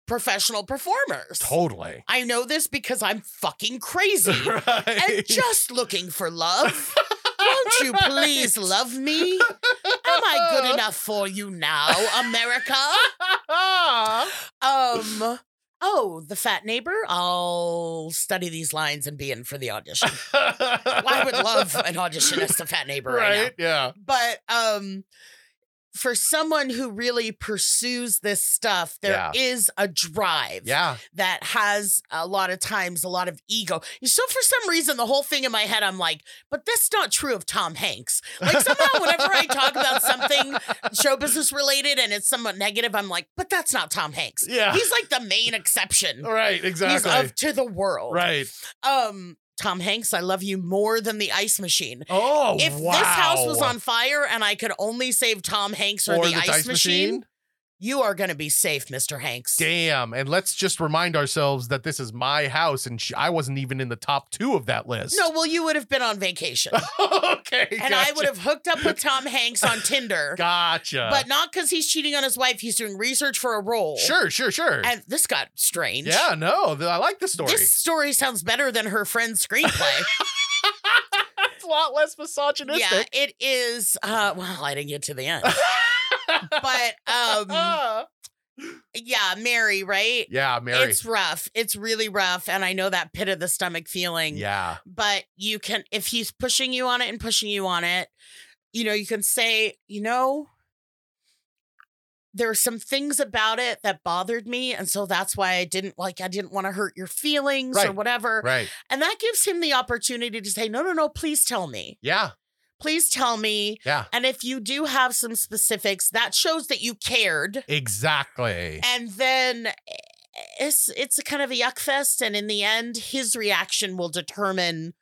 [SPEAKER 4] professional performers.
[SPEAKER 2] Totally.
[SPEAKER 4] I know this because I'm fucking crazy
[SPEAKER 2] right.
[SPEAKER 4] and just looking for love. Won't you please love me? Am I good enough for you now, America? Um, oh, the fat neighbor. I'll study these lines and be in for the audition. I would love an audition as the fat neighbor right, now.
[SPEAKER 2] Right. Yeah.
[SPEAKER 4] But um, for someone who really pursues this stuff, there
[SPEAKER 2] Yeah.
[SPEAKER 4] is a drive
[SPEAKER 2] Yeah.
[SPEAKER 4] that has a lot of times a lot of ego. So for some reason, the whole thing in my head, I'm like, but that's not true of Tom Hanks. Like somehow, whenever I talk about something show business related and it's somewhat negative, I'm like, but that's not Tom Hanks.
[SPEAKER 2] Yeah.
[SPEAKER 4] he's like the main exception.
[SPEAKER 2] Right. Exactly.
[SPEAKER 4] He's of to the world.
[SPEAKER 2] right.
[SPEAKER 4] Um, Tom Hanks, I love you more than the ice machine.
[SPEAKER 2] Oh.
[SPEAKER 4] If
[SPEAKER 2] wow.
[SPEAKER 4] this house was on fire and I could only save Tom Hanks or,
[SPEAKER 2] Or
[SPEAKER 4] the, ice, machine, you are going to be safe, Mr. Hanks.
[SPEAKER 2] Damn. And let's just remind ourselves that this is my house and sh- I wasn't even in the top two of that list.
[SPEAKER 4] No, well, you would have been on vacation.
[SPEAKER 2] okay.
[SPEAKER 4] and I would have hooked up with Tom Hanks on Tinder,
[SPEAKER 2] Gotcha.
[SPEAKER 4] but not because he's cheating on his wife. He's doing research for a role.
[SPEAKER 2] sure, sure, sure.
[SPEAKER 4] And this got strange.
[SPEAKER 2] yeah, no, th- I like the story.
[SPEAKER 4] This story sounds better than her friend's screenplay.
[SPEAKER 2] it's a lot less
[SPEAKER 4] yeah,
[SPEAKER 2] misogynistic.
[SPEAKER 4] it is. Uh, well, I didn't get to the end, but um,
[SPEAKER 2] Ah.
[SPEAKER 4] yeah, Mary, right?
[SPEAKER 2] yeah, Mary.
[SPEAKER 4] It's rough. It's really rough, and I know that pit of the stomach feeling.
[SPEAKER 2] yeah.
[SPEAKER 4] but you can if he's pushing you on it and pushing you on it you know you can say you know there are some things about it that bothered me and so that's why i didn't like i didn't want to hurt your feelings or
[SPEAKER 2] Right,
[SPEAKER 4] whatever
[SPEAKER 2] Right.
[SPEAKER 4] and that gives him the opportunity to say no no no please tell me
[SPEAKER 2] Yeah.
[SPEAKER 4] please tell me
[SPEAKER 2] Yeah.
[SPEAKER 4] and if you do have some specifics that shows that you cared
[SPEAKER 2] Exactly.
[SPEAKER 4] and then eh, it's it's a kind of a yuck fest and in the end his reaction will determine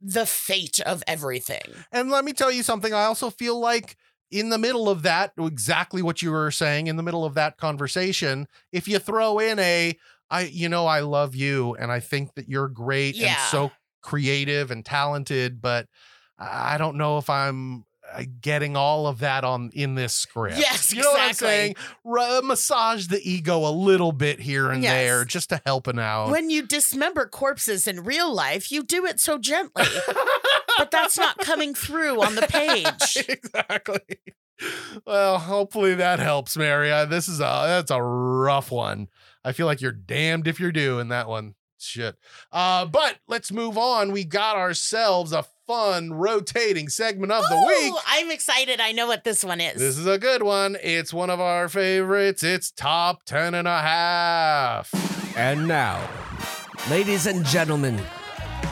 [SPEAKER 4] the fate of everything
[SPEAKER 2] And let me tell you something. I also feel like in the middle of that, exactly what you were saying, in the middle of that conversation, if you throw in a, I, you know, I love you and I think that you're great and
[SPEAKER 4] Yeah.
[SPEAKER 2] so creative and talented, but I I don't know if I'm uh, getting all of that on in this script.
[SPEAKER 4] Yes,
[SPEAKER 2] you know what I'm
[SPEAKER 4] exactly.
[SPEAKER 2] saying. Ru- massage the ego a little bit here and
[SPEAKER 4] Yes.
[SPEAKER 2] there just to help an out.
[SPEAKER 4] when you dismember corpses in real life you do it so gently but that's not coming through on the page
[SPEAKER 2] exactly. Well, hopefully that helps, Mary. Uh, this is a that's a rough one. I feel like you're damned if you're due in that one. Shit. Uh, but let's move on. We got ourselves a fun rotating segment of the week.
[SPEAKER 4] Ooh, i'm excited i know what this one is
[SPEAKER 2] This is a good one. It's one of our favorites. It's top 10 and a half.
[SPEAKER 5] And now, ladies and gentlemen,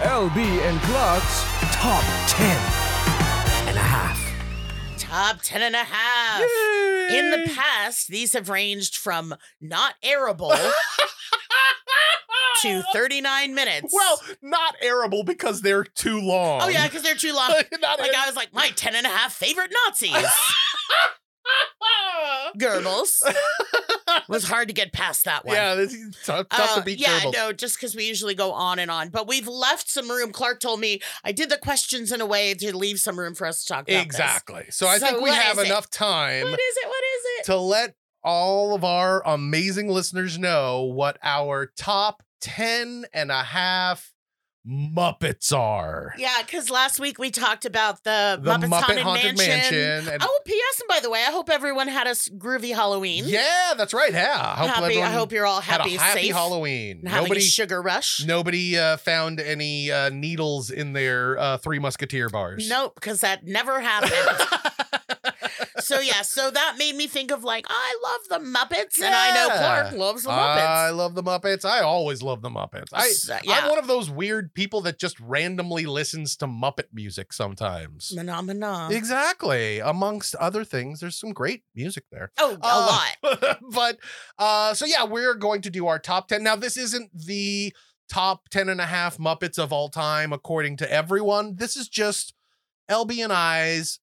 [SPEAKER 5] LB and Clark's top 10 and a half.
[SPEAKER 4] top ten and a half. in the past these have ranged from not arable to 39 minutes
[SPEAKER 2] Well, um, not arable because they're too long.
[SPEAKER 4] oh yeah because they're too long
[SPEAKER 2] Not
[SPEAKER 4] Like I was like, my ten and a half favorite Nazis. Goebbels. was hard to get past that one.
[SPEAKER 2] Yeah, this is tough,
[SPEAKER 4] Uh,
[SPEAKER 2] tough to beat
[SPEAKER 4] yeah,
[SPEAKER 2] Goebbels.
[SPEAKER 4] no, just because we usually go on and on. But we've left some room. Clark told me I did the questions in a way to leave some room for us to talk about this.
[SPEAKER 2] Exactly. So I
[SPEAKER 4] So
[SPEAKER 2] think we
[SPEAKER 4] what
[SPEAKER 2] have
[SPEAKER 4] is it?
[SPEAKER 2] enough time
[SPEAKER 4] What is it? What is it?
[SPEAKER 2] to let all of our amazing listeners know what our top 10 and a half Muppets are.
[SPEAKER 4] Yeah, because last week we talked about the,
[SPEAKER 2] The
[SPEAKER 4] Muppets
[SPEAKER 2] Muppet
[SPEAKER 4] Haunted,
[SPEAKER 2] Haunted
[SPEAKER 4] Mansion.
[SPEAKER 2] Mansion and-
[SPEAKER 4] oh, P.S. And by the way, I hope everyone had a s- groovy Halloween.
[SPEAKER 2] Yeah, that's right. Yeah, I hope
[SPEAKER 4] Happy- I
[SPEAKER 2] everyone
[SPEAKER 4] hope you're all
[SPEAKER 2] had a
[SPEAKER 4] happy,
[SPEAKER 2] happy
[SPEAKER 4] safe,
[SPEAKER 2] Halloween.
[SPEAKER 4] And having
[SPEAKER 2] Nobody,
[SPEAKER 4] a sugar rush.
[SPEAKER 2] nobody uh, found any uh, needles in their uh, Three Musketeer bars.
[SPEAKER 4] Nope, because that never happened. so yeah, so that made me think of like "Oh, I love the Muppets, and I know
[SPEAKER 2] Yeah.
[SPEAKER 4] Clark loves the
[SPEAKER 2] I
[SPEAKER 4] Muppets.
[SPEAKER 2] love the Muppets. I always love the Muppets. I,
[SPEAKER 4] So- yeah.
[SPEAKER 2] I'm one of those weird people that just randomly listens to Muppet music sometimes.
[SPEAKER 4] Mana mana.
[SPEAKER 2] Exactly. Amongst other things, there's some great music there.
[SPEAKER 4] Oh, a lot.
[SPEAKER 2] lot. but uh so yeah, we're going to do our top 10. Now this isn't the top 10 and a half Muppets of all time according to everyone. This is just LB and I's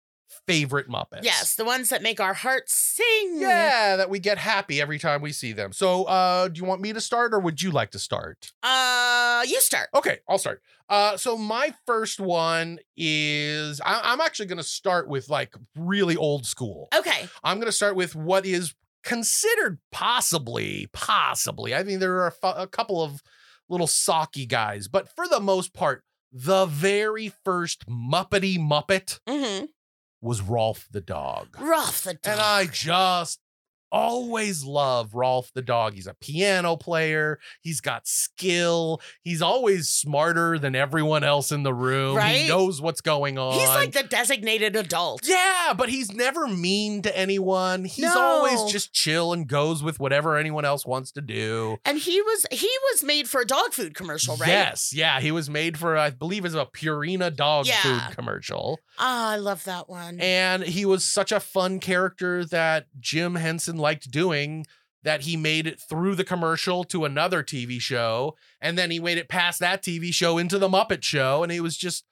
[SPEAKER 2] favorite Muppets.
[SPEAKER 4] Yes, the ones that make our hearts sing.
[SPEAKER 2] Yeah, that we get happy every time we see them. So, uh, do you want me to start or would you like to start?
[SPEAKER 4] Uh, you start.
[SPEAKER 2] Okay, I'll start. Uh, so my first one is I- I'm actually going to start with like really old school.
[SPEAKER 4] Okay.
[SPEAKER 2] I'm going to start with what is considered possibly, possibly. I mean, there are a, fu- a couple of little socky guys, but for the most part, the very first Muppety Muppet
[SPEAKER 4] Mm-hmm.
[SPEAKER 2] was Rolf the dog.
[SPEAKER 4] Rough the
[SPEAKER 2] And
[SPEAKER 4] dog.
[SPEAKER 2] I just always love Rolf the dog. He's a piano player, he's got skill, he's always smarter than everyone else in the room.
[SPEAKER 4] Right?
[SPEAKER 2] He knows what's going on.
[SPEAKER 4] He's like the designated adult.
[SPEAKER 2] Yeah, but he's never mean to anyone. He's
[SPEAKER 4] No.
[SPEAKER 2] always just chill and goes with whatever anyone else wants to do.
[SPEAKER 4] And he was he was made for a dog food commercial, right?
[SPEAKER 2] Yes, yeah, he was made for I believe it's a Purina dog
[SPEAKER 4] Yeah.
[SPEAKER 2] food commercial,
[SPEAKER 4] Ah, I love that one.
[SPEAKER 2] and he was such a fun character that Jim Henson liked doing that he made it through the commercial to another TV show, and then he made it past that TV show into the Muppet Show, and he was just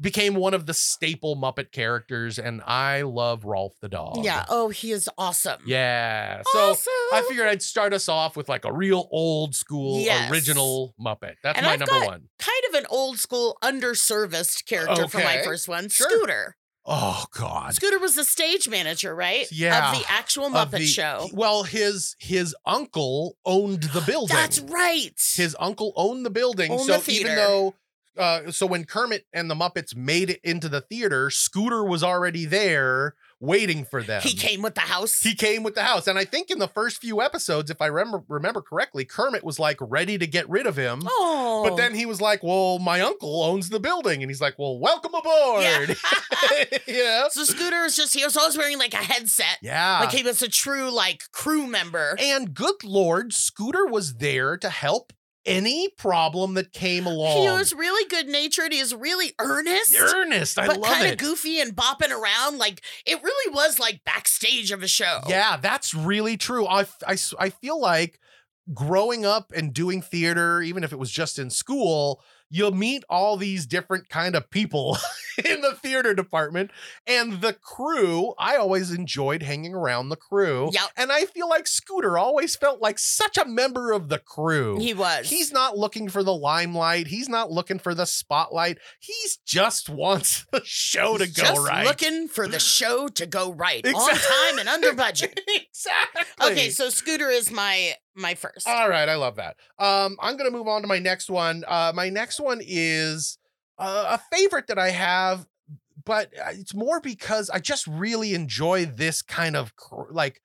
[SPEAKER 2] became one of the staple Muppet characters, and I love Rolf the dog.
[SPEAKER 4] yeah. Oh, he is awesome.
[SPEAKER 2] Yeah. So
[SPEAKER 4] Awesome.
[SPEAKER 2] I figured I'd start us off with like a real old school
[SPEAKER 4] Yes.
[SPEAKER 2] original Muppet. That's
[SPEAKER 4] And
[SPEAKER 2] my
[SPEAKER 4] I've
[SPEAKER 2] number
[SPEAKER 4] got-
[SPEAKER 2] one.
[SPEAKER 4] kind of an old school underserviced character for my
[SPEAKER 2] Okay.
[SPEAKER 4] first one.
[SPEAKER 2] Sure.
[SPEAKER 4] Scooter.
[SPEAKER 2] Oh God.
[SPEAKER 4] Scooter was the stage manager, right?
[SPEAKER 2] Yeah.
[SPEAKER 4] Of the actual
[SPEAKER 2] Of
[SPEAKER 4] Muppet
[SPEAKER 2] the-
[SPEAKER 4] show.
[SPEAKER 2] Well, his his uncle owned the building.
[SPEAKER 4] That's right.
[SPEAKER 2] His uncle owned the building.
[SPEAKER 4] Owned
[SPEAKER 2] so
[SPEAKER 4] the
[SPEAKER 2] even
[SPEAKER 4] theater.
[SPEAKER 2] though uh, so when Kermit and the Muppets made it into the theater, Scooter was already there waiting for them.
[SPEAKER 4] he came with the house.
[SPEAKER 2] um, He came with the house, and I think in the first few episodes, if I remember remember correctly, Kermit was like ready to get rid of him.
[SPEAKER 4] oh.
[SPEAKER 2] But then he was like, "Well, my uncle owns the building," and he's like, "Well, welcome aboard." Yeah. yeah.
[SPEAKER 4] so Scooter is just, he was always wearing like a headset. Like he was a true like crew member.
[SPEAKER 2] and good lord, Scooter was there to help any problem that came along.
[SPEAKER 4] He was really good natured. He was really earnest.
[SPEAKER 2] earnest. I
[SPEAKER 4] but
[SPEAKER 2] love
[SPEAKER 4] kind of
[SPEAKER 2] it.
[SPEAKER 4] goofy and bopping around. Like it really was like backstage of a show.
[SPEAKER 2] Yeah, that's really true. I, f- I s- I feel like growing up and doing theater, even if it was just in school, you'll meet all these different kind of people in the theater department and the crew. I always enjoyed hanging around the crew.
[SPEAKER 4] Yep.
[SPEAKER 2] And I feel like Scooter always felt like such a member of the crew.
[SPEAKER 4] He was.
[SPEAKER 2] He's not looking for the limelight. He's not looking for the spotlight. He's just wants the show to go
[SPEAKER 4] just
[SPEAKER 2] right.
[SPEAKER 4] looking for the show to go right on
[SPEAKER 2] Exact-
[SPEAKER 4] time and under budget.
[SPEAKER 2] exactly. Uh,
[SPEAKER 4] Okay, so Scooter is my my first.
[SPEAKER 2] All right, I love that. Um, I'm gonna move on to my next one. Uh, my next one is uh, a favorite that I have, but uh, it's more because I just really enjoy this kind of cr- like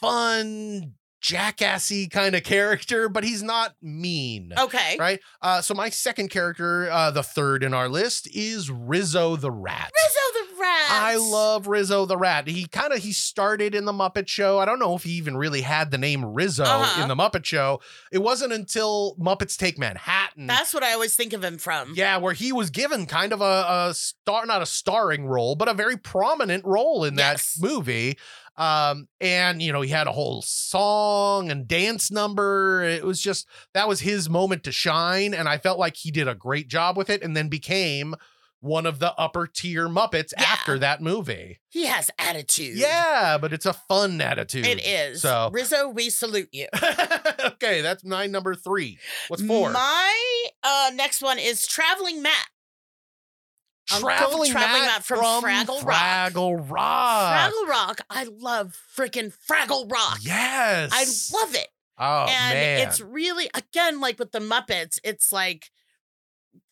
[SPEAKER 2] fun jackassy kind of character, but he's not mean.
[SPEAKER 4] okay.
[SPEAKER 2] Right. Uh, so my second character, uh, the third in our list, is Rizzo the Rat.
[SPEAKER 4] Rizzo the Rat.
[SPEAKER 2] I love Rizzo the Rat. He kind of he started in the Muppet Show. I don't know if he even really had the name Rizzo
[SPEAKER 4] Uh-huh.
[SPEAKER 2] in the Muppet Show. It wasn't until Muppets Take Manhattan,
[SPEAKER 4] That's what I always think of him from.
[SPEAKER 2] yeah, where he was given kind of a, a star, not a starring role, but a very prominent role in that
[SPEAKER 4] Yes.
[SPEAKER 2] movie. Um, and you know he had a whole song and dance number. It was just that was his moment to shine, and I felt like he did a great job with it, and then became. One of the upper tier Muppets
[SPEAKER 4] Yeah.
[SPEAKER 2] after that movie.
[SPEAKER 4] He has attitude.
[SPEAKER 2] Yeah, but it's a fun attitude.
[SPEAKER 4] It is.
[SPEAKER 2] So
[SPEAKER 4] Rizzo, we salute you.
[SPEAKER 2] okay, that's my number three. What's four?
[SPEAKER 4] My uh, next one is Traveling Matt. Uncle Traveling Matt from Fraggle Rock.
[SPEAKER 2] Fraggle Rock.
[SPEAKER 4] Fraggle Rock. I love freaking Fraggle Rock.
[SPEAKER 2] Yes,
[SPEAKER 4] I love it.
[SPEAKER 2] Oh
[SPEAKER 4] and
[SPEAKER 2] man,
[SPEAKER 4] it's really, again, like with the Muppets, it's like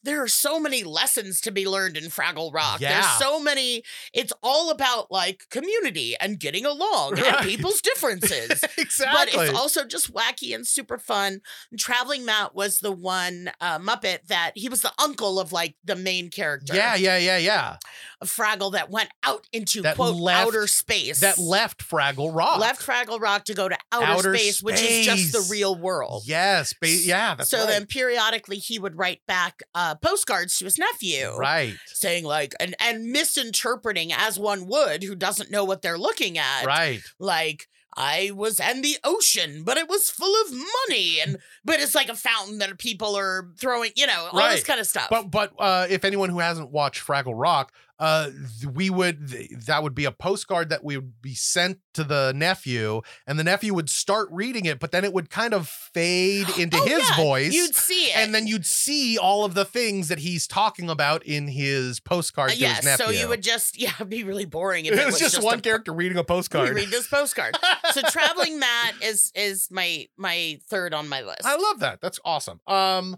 [SPEAKER 4] there are so many lessons to be learned in Fraggle Rock. There's
[SPEAKER 2] Yeah.
[SPEAKER 4] so many. It's all about like community and getting along
[SPEAKER 2] Right.
[SPEAKER 4] and people's differences.
[SPEAKER 2] exactly.
[SPEAKER 4] But it's also just wacky and super fun. Traveling Matt was the one uh, Muppet that he was the uncle of like the main character.
[SPEAKER 2] yeah, yeah, yeah, yeah.
[SPEAKER 4] of Fraggle that went out into
[SPEAKER 2] That
[SPEAKER 4] quote
[SPEAKER 2] left-
[SPEAKER 4] outer space.
[SPEAKER 2] That left Fraggle Rock.
[SPEAKER 4] left Fraggle Rock to go to outer,
[SPEAKER 2] Outer
[SPEAKER 4] space, which is just
[SPEAKER 2] space.
[SPEAKER 4] the real world.
[SPEAKER 2] Yes. Ba- yeah. Oh, That's
[SPEAKER 4] so
[SPEAKER 2] right.
[SPEAKER 4] then periodically he would write back uh, postcards to his nephew.
[SPEAKER 2] Right.
[SPEAKER 4] Saying like and and misinterpreting as one would who doesn't know what they're looking at.
[SPEAKER 2] Right.
[SPEAKER 4] Like I was in the ocean, but it was full of money, and but it's like a fountain that people are throwing, you know, all this
[SPEAKER 2] Right.
[SPEAKER 4] kind of stuff.
[SPEAKER 2] But but uh, if anyone who hasn't watched Fraggle Rock, uh, th- we would th- that would be a postcard that we would be sent to the nephew, and the nephew would start reading it, but then it would kind of fade into
[SPEAKER 4] Oh,
[SPEAKER 2] his
[SPEAKER 4] yeah,
[SPEAKER 2] voice.
[SPEAKER 4] you'd see it,
[SPEAKER 2] and then you'd see all of the things that he's talking about in his postcard
[SPEAKER 4] Uh,
[SPEAKER 2] to
[SPEAKER 4] yeah,
[SPEAKER 2] his nephew.
[SPEAKER 4] so you would just yeah, it'd be really boring if
[SPEAKER 2] it was just,
[SPEAKER 4] a
[SPEAKER 2] one character reading a
[SPEAKER 4] We
[SPEAKER 2] postcard.
[SPEAKER 4] read this postcard. so traveling Matt is is my my third on my list.
[SPEAKER 2] I love that. That's awesome. Um,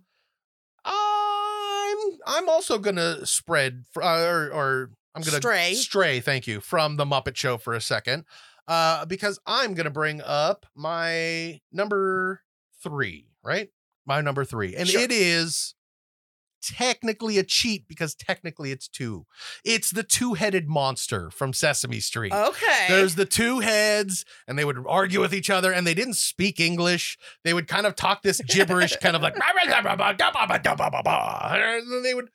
[SPEAKER 2] I'm I'm also gonna spread fr- uh, or or I'm gonna
[SPEAKER 4] Stray.
[SPEAKER 2] Stray, thank you from the Muppet Show for a second, uh, because I'm gonna bring up my number three, right? My number three, and
[SPEAKER 4] Sure.
[SPEAKER 2] it is technically a cheat because technically it's two. It's the two-headed monster from Sesame Street.
[SPEAKER 4] okay.
[SPEAKER 2] There's the two heads, and they would argue with each other, and they didn't speak English. They would kind of talk this gibberish, kind of like, and then they would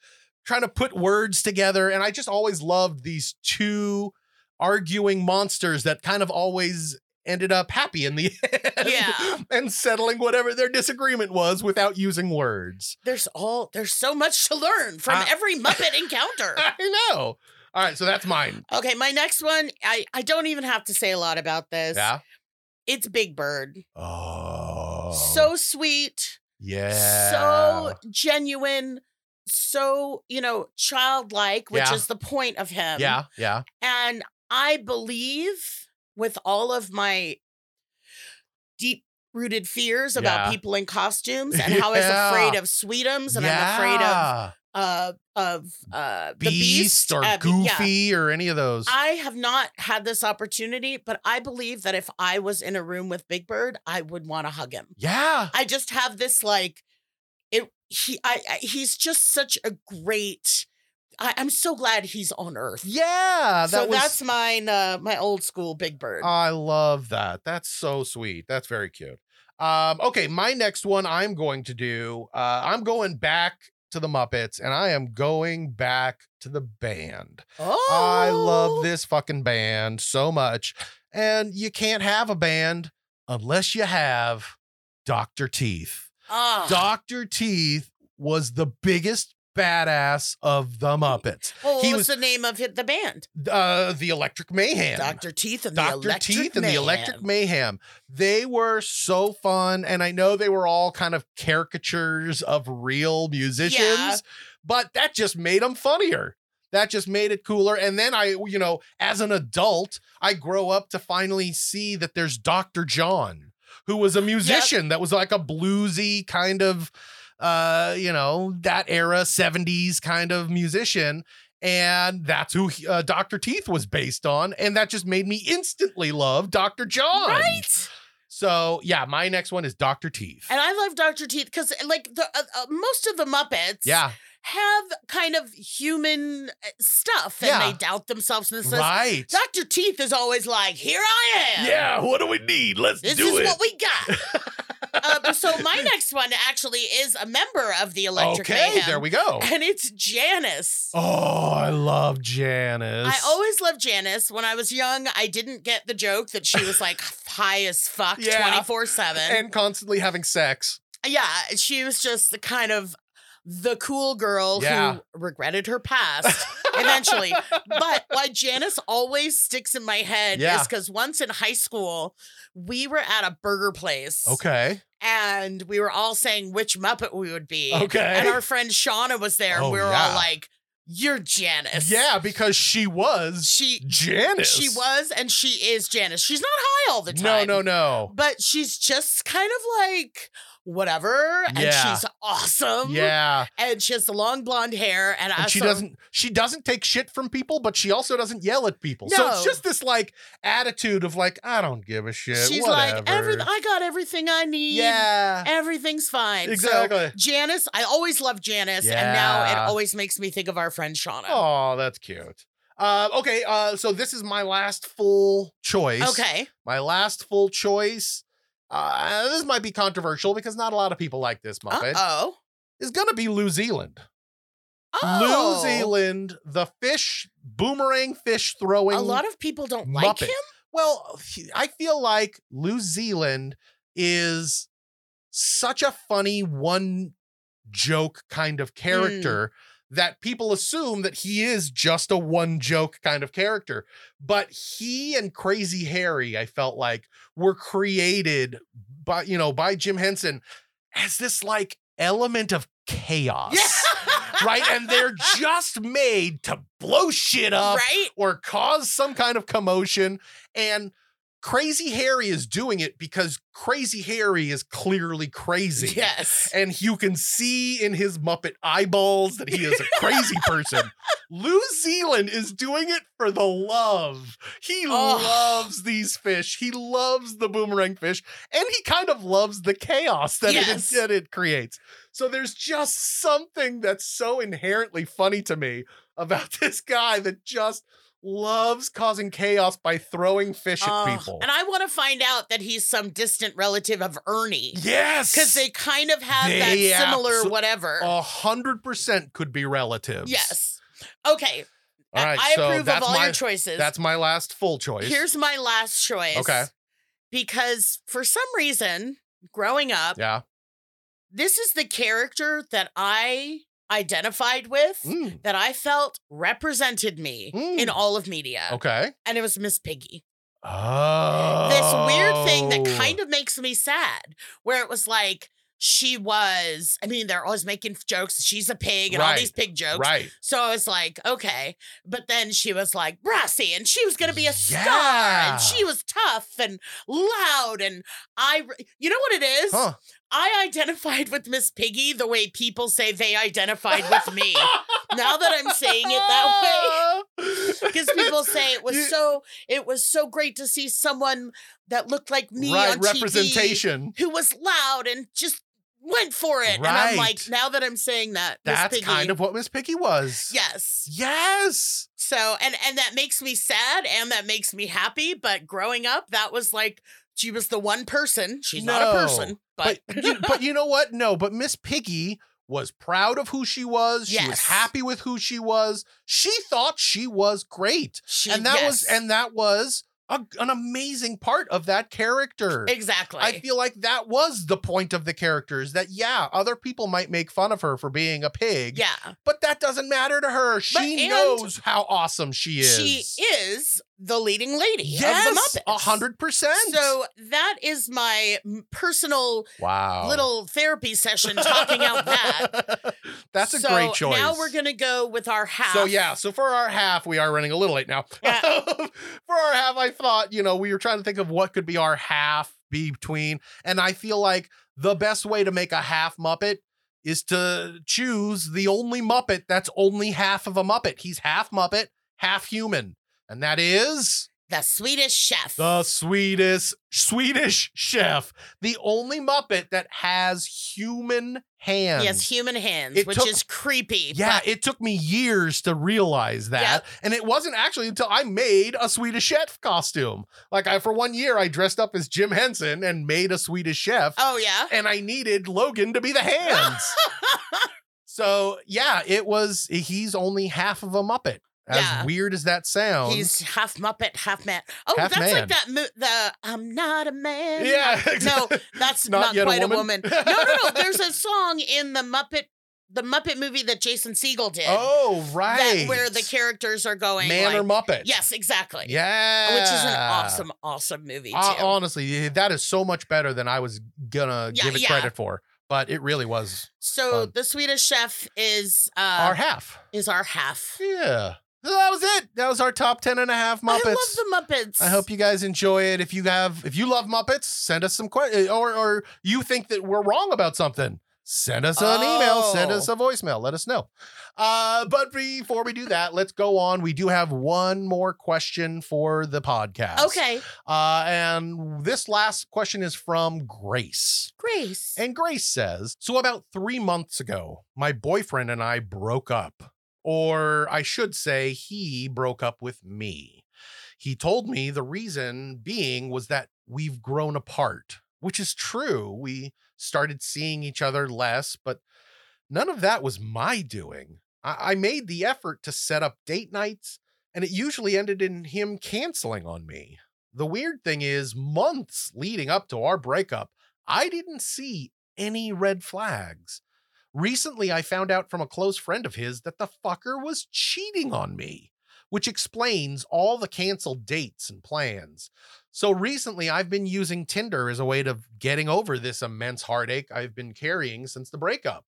[SPEAKER 2] try to put words together. And I just always loved these two arguing monsters that kind of always ended up happy in the end
[SPEAKER 4] Yeah.
[SPEAKER 2] and settling whatever their disagreement was without using words.
[SPEAKER 4] there's all there's so much to learn from
[SPEAKER 2] Uh,
[SPEAKER 4] every Muppet encounter.
[SPEAKER 2] I know. All right, so that's mine.
[SPEAKER 4] Okay, my next one, I I don't even have to say a lot about this.
[SPEAKER 2] Yeah.
[SPEAKER 4] It's Big Bird.
[SPEAKER 2] Oh.
[SPEAKER 4] So sweet,
[SPEAKER 2] yeah.
[SPEAKER 4] so genuine, so, you know, childlike, which
[SPEAKER 2] Yeah.
[SPEAKER 4] is the point of him.
[SPEAKER 2] yeah, yeah.
[SPEAKER 4] And I believe with all of my deep rooted fears about
[SPEAKER 2] Yeah.
[SPEAKER 4] people in costumes and how I was
[SPEAKER 2] Yeah.
[SPEAKER 4] afraid of Sweetums and I'm afraid of
[SPEAKER 2] Yeah.
[SPEAKER 4] uh of uh the
[SPEAKER 2] Beast,
[SPEAKER 4] beast
[SPEAKER 2] or
[SPEAKER 4] uh, be- yeah.
[SPEAKER 2] Goofy or any of those.
[SPEAKER 4] I have not had this opportunity, but I believe that if I was in a room with Big Bird, I would want to hug him.
[SPEAKER 2] yeah.
[SPEAKER 4] I just have this like it he I, I he's just such a great I, I'm so glad he's on earth.
[SPEAKER 2] Yeah. That
[SPEAKER 4] so
[SPEAKER 2] was, Ah,
[SPEAKER 4] that's mine, uh, my old school Big Bird.
[SPEAKER 2] I love that. That's so sweet. That's very cute. Um, okay, my next one I'm going to do. Uh, I'm going back to the Muppets and I am going back to the band.
[SPEAKER 4] oh,
[SPEAKER 2] I love this fucking band so much. And you can't have a band unless you have Dr. Teeth.
[SPEAKER 4] Ah.
[SPEAKER 2] Dr. Teeth was the biggest badass of the Muppets.
[SPEAKER 4] Well, what
[SPEAKER 2] he
[SPEAKER 4] was,
[SPEAKER 2] was
[SPEAKER 4] the name of hit the band?
[SPEAKER 2] uh, the Electric Mayhem.
[SPEAKER 4] Doctor Teeth and the
[SPEAKER 2] Dr.
[SPEAKER 4] Electric
[SPEAKER 2] Teeth and the Electric
[SPEAKER 4] Man.
[SPEAKER 2] Mayhem. They were so fun. And I know they were all kind of caricatures of real musicians,
[SPEAKER 4] Yeah.
[SPEAKER 2] but that just made them funnier. That just made it cooler. And then I, you know, as an adult, I grow up to finally see that there's Dr. John, who was a musician that was like a bluesy kind of, uh, you know, that era 70s kind of musician and that's who he- uh, Dr. Teeth was based on. And that just made me instantly love Dr. John.
[SPEAKER 4] Right.
[SPEAKER 2] So, yeah, my next one is Dr. Teeth.
[SPEAKER 4] And I love Doctor Teeth because, like, the uh, uh, most of the Muppets,
[SPEAKER 2] yeah,
[SPEAKER 4] have kind of human uh, stuff, and
[SPEAKER 2] Yeah.
[SPEAKER 4] they doubt themselves in this. list.
[SPEAKER 2] right.
[SPEAKER 4] Doctor Teeth is always like, "Here I am."
[SPEAKER 2] Yeah, what do we need? Let's
[SPEAKER 4] This
[SPEAKER 2] do
[SPEAKER 4] is
[SPEAKER 2] it.
[SPEAKER 4] what we got. uh, so my next one actually is a member of the Electric
[SPEAKER 2] okay,
[SPEAKER 4] Mayhem.
[SPEAKER 2] there we go.
[SPEAKER 4] and it's Janice.
[SPEAKER 2] Oh, I love Janice.
[SPEAKER 4] I always loved Janice. When I was young, I didn't get the joke that she was like high as fuck
[SPEAKER 2] Yeah.
[SPEAKER 4] 24 7.
[SPEAKER 2] and constantly having sex.
[SPEAKER 4] Yeah, uh, she was just the kind of the cool girl
[SPEAKER 2] Yeah.
[SPEAKER 4] who regretted her past eventually. But why Janice always sticks in my head
[SPEAKER 2] Yeah.
[SPEAKER 4] is because once in high school, we were at a burger place.
[SPEAKER 2] Okay.
[SPEAKER 4] And we were all saying which Muppet we would be.
[SPEAKER 2] Okay.
[SPEAKER 4] And our friend Shauna was there.
[SPEAKER 2] Oh,
[SPEAKER 4] and we were
[SPEAKER 2] yeah.
[SPEAKER 4] all like, You're Janice.
[SPEAKER 2] Yeah, because she was
[SPEAKER 4] She
[SPEAKER 2] Janice.
[SPEAKER 4] She was and she is Janice. She's not high all the
[SPEAKER 2] No,
[SPEAKER 4] time.
[SPEAKER 2] no, no.
[SPEAKER 4] But she's just kind of like whatever. And
[SPEAKER 2] Yeah.
[SPEAKER 4] she's awesome.
[SPEAKER 2] Yeah.
[SPEAKER 4] And she has the long blonde hair. And, I
[SPEAKER 2] And she
[SPEAKER 4] saw-
[SPEAKER 2] doesn't she doesn't take shit from people, but she also doesn't yell at people. So it's
[SPEAKER 4] No.
[SPEAKER 2] just this like attitude of like, I don't give a shit.
[SPEAKER 4] She's
[SPEAKER 2] whatever.
[SPEAKER 4] like, Every- I got everything I need.
[SPEAKER 2] Yeah.
[SPEAKER 4] Everything's fine. So,
[SPEAKER 2] Exactly.
[SPEAKER 4] Janice, I always loved Janice. And now
[SPEAKER 2] Yeah.
[SPEAKER 4] it always makes me think of our friend Shauna.
[SPEAKER 2] Oh, that's cute. Uh, okay, uh, so this is my last full choice.
[SPEAKER 4] okay.
[SPEAKER 2] My last full choice. Uh, this might be controversial because not a lot of people like this Muppet.
[SPEAKER 4] Uh-oh.
[SPEAKER 2] Is gonna be Lou Zealand.
[SPEAKER 4] Oh.
[SPEAKER 2] Lou Zealand, the fish boomerang fish throwing.
[SPEAKER 4] A lot of people don't like
[SPEAKER 2] Muppet.
[SPEAKER 4] him.
[SPEAKER 2] well, I feel like Lou Zealand is such a funny one joke kind of character that people assume that he is just a one joke kind of character. But he and Crazy Harry, I felt like, were created by, you know, by Jim Henson as this like element of chaos. right? And they're just made to blow shit up
[SPEAKER 4] right?
[SPEAKER 2] or cause some kind of commotion. And Crazy Harry is doing it because Crazy Harry is clearly crazy.
[SPEAKER 4] Yes.
[SPEAKER 2] And you can see in his Muppet eyeballs that he is a crazy person. Lou Zealand is doing it for the love. He
[SPEAKER 4] Oh.
[SPEAKER 2] loves these fish. He loves the boomerang fish. And he kind of loves the chaos that,
[SPEAKER 4] Yes.
[SPEAKER 2] it, that it creates. So there's just something that's so inherently funny to me about this guy that just loves causing chaos by throwing fish
[SPEAKER 4] Oh,
[SPEAKER 2] at people.
[SPEAKER 4] And I want to find out that he's some distant relative of Ernie.
[SPEAKER 2] yes.
[SPEAKER 4] Because they kind of have
[SPEAKER 2] They
[SPEAKER 4] that similar
[SPEAKER 2] abso-
[SPEAKER 4] whatever.
[SPEAKER 2] a hundred percent could be relatives.
[SPEAKER 4] yes. Okay.
[SPEAKER 2] All right.
[SPEAKER 4] I, I
[SPEAKER 2] so
[SPEAKER 4] approve of
[SPEAKER 2] that's
[SPEAKER 4] all
[SPEAKER 2] my
[SPEAKER 4] your choices.
[SPEAKER 2] that's my last full choice.
[SPEAKER 4] Here's my last choice.
[SPEAKER 2] Okay.
[SPEAKER 4] Because for some reason, growing up,
[SPEAKER 2] yeah.
[SPEAKER 4] this is the character that I identified with
[SPEAKER 2] Mm,
[SPEAKER 4] that I felt represented me
[SPEAKER 2] Mm.
[SPEAKER 4] in all of media.
[SPEAKER 2] okay.
[SPEAKER 4] And it was Miss Piggy.
[SPEAKER 2] Oh.
[SPEAKER 4] this weird thing that kind of makes me sad, where it was like she was. I mean, they're always making jokes. She's a pig and all
[SPEAKER 2] Right.
[SPEAKER 4] these pig jokes.
[SPEAKER 2] right.
[SPEAKER 4] So I was like, okay. But then she was like brassy and she was going to be a star
[SPEAKER 2] Yeah.
[SPEAKER 4] and she was tough and loud. And I, re- you know what it is?
[SPEAKER 2] Huh.
[SPEAKER 4] I identified with Miss Piggy the way people say they identified with me. now that I'm saying it that way
[SPEAKER 2] Ah.
[SPEAKER 4] because people say it was
[SPEAKER 2] You-
[SPEAKER 4] so it was so great to see someone that looked like me
[SPEAKER 2] right
[SPEAKER 4] on
[SPEAKER 2] representation.
[SPEAKER 4] TV who was loud and just went for it. And I'm like,
[SPEAKER 2] Right.
[SPEAKER 4] now that I'm saying that, Miss
[SPEAKER 2] That's
[SPEAKER 4] Piggy-
[SPEAKER 2] kind of what Miss Piggy was.
[SPEAKER 4] yes.
[SPEAKER 2] Yes.
[SPEAKER 4] So and and that makes me sad and that makes me happy. But growing up, that was like she was the one person. She's not a
[SPEAKER 2] No,
[SPEAKER 4] person, but,
[SPEAKER 2] But you, but you know what? No, but Miss Piggy was proud of who she was. She was
[SPEAKER 4] Yes.
[SPEAKER 2] happy with who she was. She thought she was great.
[SPEAKER 4] she
[SPEAKER 2] and that was
[SPEAKER 4] yes.
[SPEAKER 2] and that was a, an amazing part of that character.
[SPEAKER 4] exactly.
[SPEAKER 2] I feel like that was the point of the characters that yeah, other people might make fun of her for being a pig,
[SPEAKER 4] yeah.
[SPEAKER 2] but that doesn't matter to her. She
[SPEAKER 4] and
[SPEAKER 2] knows how awesome she is.
[SPEAKER 4] She is the leading lady of
[SPEAKER 2] yes,
[SPEAKER 4] the Muppets.
[SPEAKER 2] a hundred percent.
[SPEAKER 4] So that is my m- personal
[SPEAKER 2] wow,
[SPEAKER 4] little therapy session talking out that.
[SPEAKER 2] That's a
[SPEAKER 4] So
[SPEAKER 2] great choice.
[SPEAKER 4] Now we're gonna go with our half.
[SPEAKER 2] So yeah, so for our half, we are running a little late now. for our half, I thought, you know, we were trying to think of what could be our half between. And I feel like the best way to make a half Muppet is to choose the only Muppet that's only half of a Muppet. He's half Muppet, half human. And that is
[SPEAKER 4] the Swedish Chef.
[SPEAKER 2] the Swedish Swedish chef. The only Muppet that has human hands.
[SPEAKER 4] he has human hands,
[SPEAKER 2] It
[SPEAKER 4] which
[SPEAKER 2] took-
[SPEAKER 4] is creepy.
[SPEAKER 2] Yeah,
[SPEAKER 4] but
[SPEAKER 2] it took me years to realize that. And it wasn't actually until I made a Swedish chef costume. Like I for one year I dressed up as Jim Henson and made a Swedish chef
[SPEAKER 4] oh yeah.
[SPEAKER 2] and I needed Logan to be the hands. so, yeah, it was he's only half of a muppet. As
[SPEAKER 4] Yeah.
[SPEAKER 2] weird as that sounds.
[SPEAKER 4] He's half Muppet, half man. Oh,
[SPEAKER 2] Half
[SPEAKER 4] that's
[SPEAKER 2] man.
[SPEAKER 4] like that. Mo- the I'm not a man.
[SPEAKER 2] yeah,
[SPEAKER 4] No,
[SPEAKER 2] exactly.
[SPEAKER 4] that's
[SPEAKER 2] Not
[SPEAKER 4] not,
[SPEAKER 2] yet a
[SPEAKER 4] quite a
[SPEAKER 2] woman?
[SPEAKER 4] woman. No, no, no. There's a song in the Muppet, the Muppet movie that Jason Segel did.
[SPEAKER 2] Oh, right.
[SPEAKER 4] that where the characters are going
[SPEAKER 2] man
[SPEAKER 4] like,
[SPEAKER 2] or muppet.
[SPEAKER 4] Yes, exactly.
[SPEAKER 2] Yeah.
[SPEAKER 4] Which is an awesome, awesome movie too.
[SPEAKER 2] Uh, honestly, that is so much better than I was gonna
[SPEAKER 4] Yeah,
[SPEAKER 2] give it
[SPEAKER 4] yeah.
[SPEAKER 2] credit for. But it really was
[SPEAKER 4] so
[SPEAKER 2] fun.
[SPEAKER 4] the Swedish Chef is uh,
[SPEAKER 2] our half.
[SPEAKER 4] is our half.
[SPEAKER 2] Yeah. So that was it. That was our top 10 and a half Muppets.
[SPEAKER 4] I love the Muppets.
[SPEAKER 2] I hope you guys enjoy it. If you have, if you love Muppets, send us some questions, or or you think that we're wrong about something, send us an email, send
[SPEAKER 4] Oh.
[SPEAKER 2] us a voicemail, let us know. Uh, but before we do that, let's go on. We do have one more question for the podcast.
[SPEAKER 4] Okay,
[SPEAKER 2] Uh, and this last question is from Grace.
[SPEAKER 4] Grace.
[SPEAKER 2] And Grace says, So about three months ago, my boyfriend and I broke up. Or I should say, he broke up with me. He told me the reason being was that we've grown apart, which is true. We started seeing each other less, but none of that was my doing. I, I made the effort to set up date nights, and it usually ended in him canceling on me. The weird thing is, months leading up to our breakup, I didn't see any red flags. Recently, I found out from a close friend of his that the fucker was cheating on me, which explains all the canceled dates and plans. So recently, I've been using Tinder as a way to getting over this immense heartache I've been carrying since the breakup.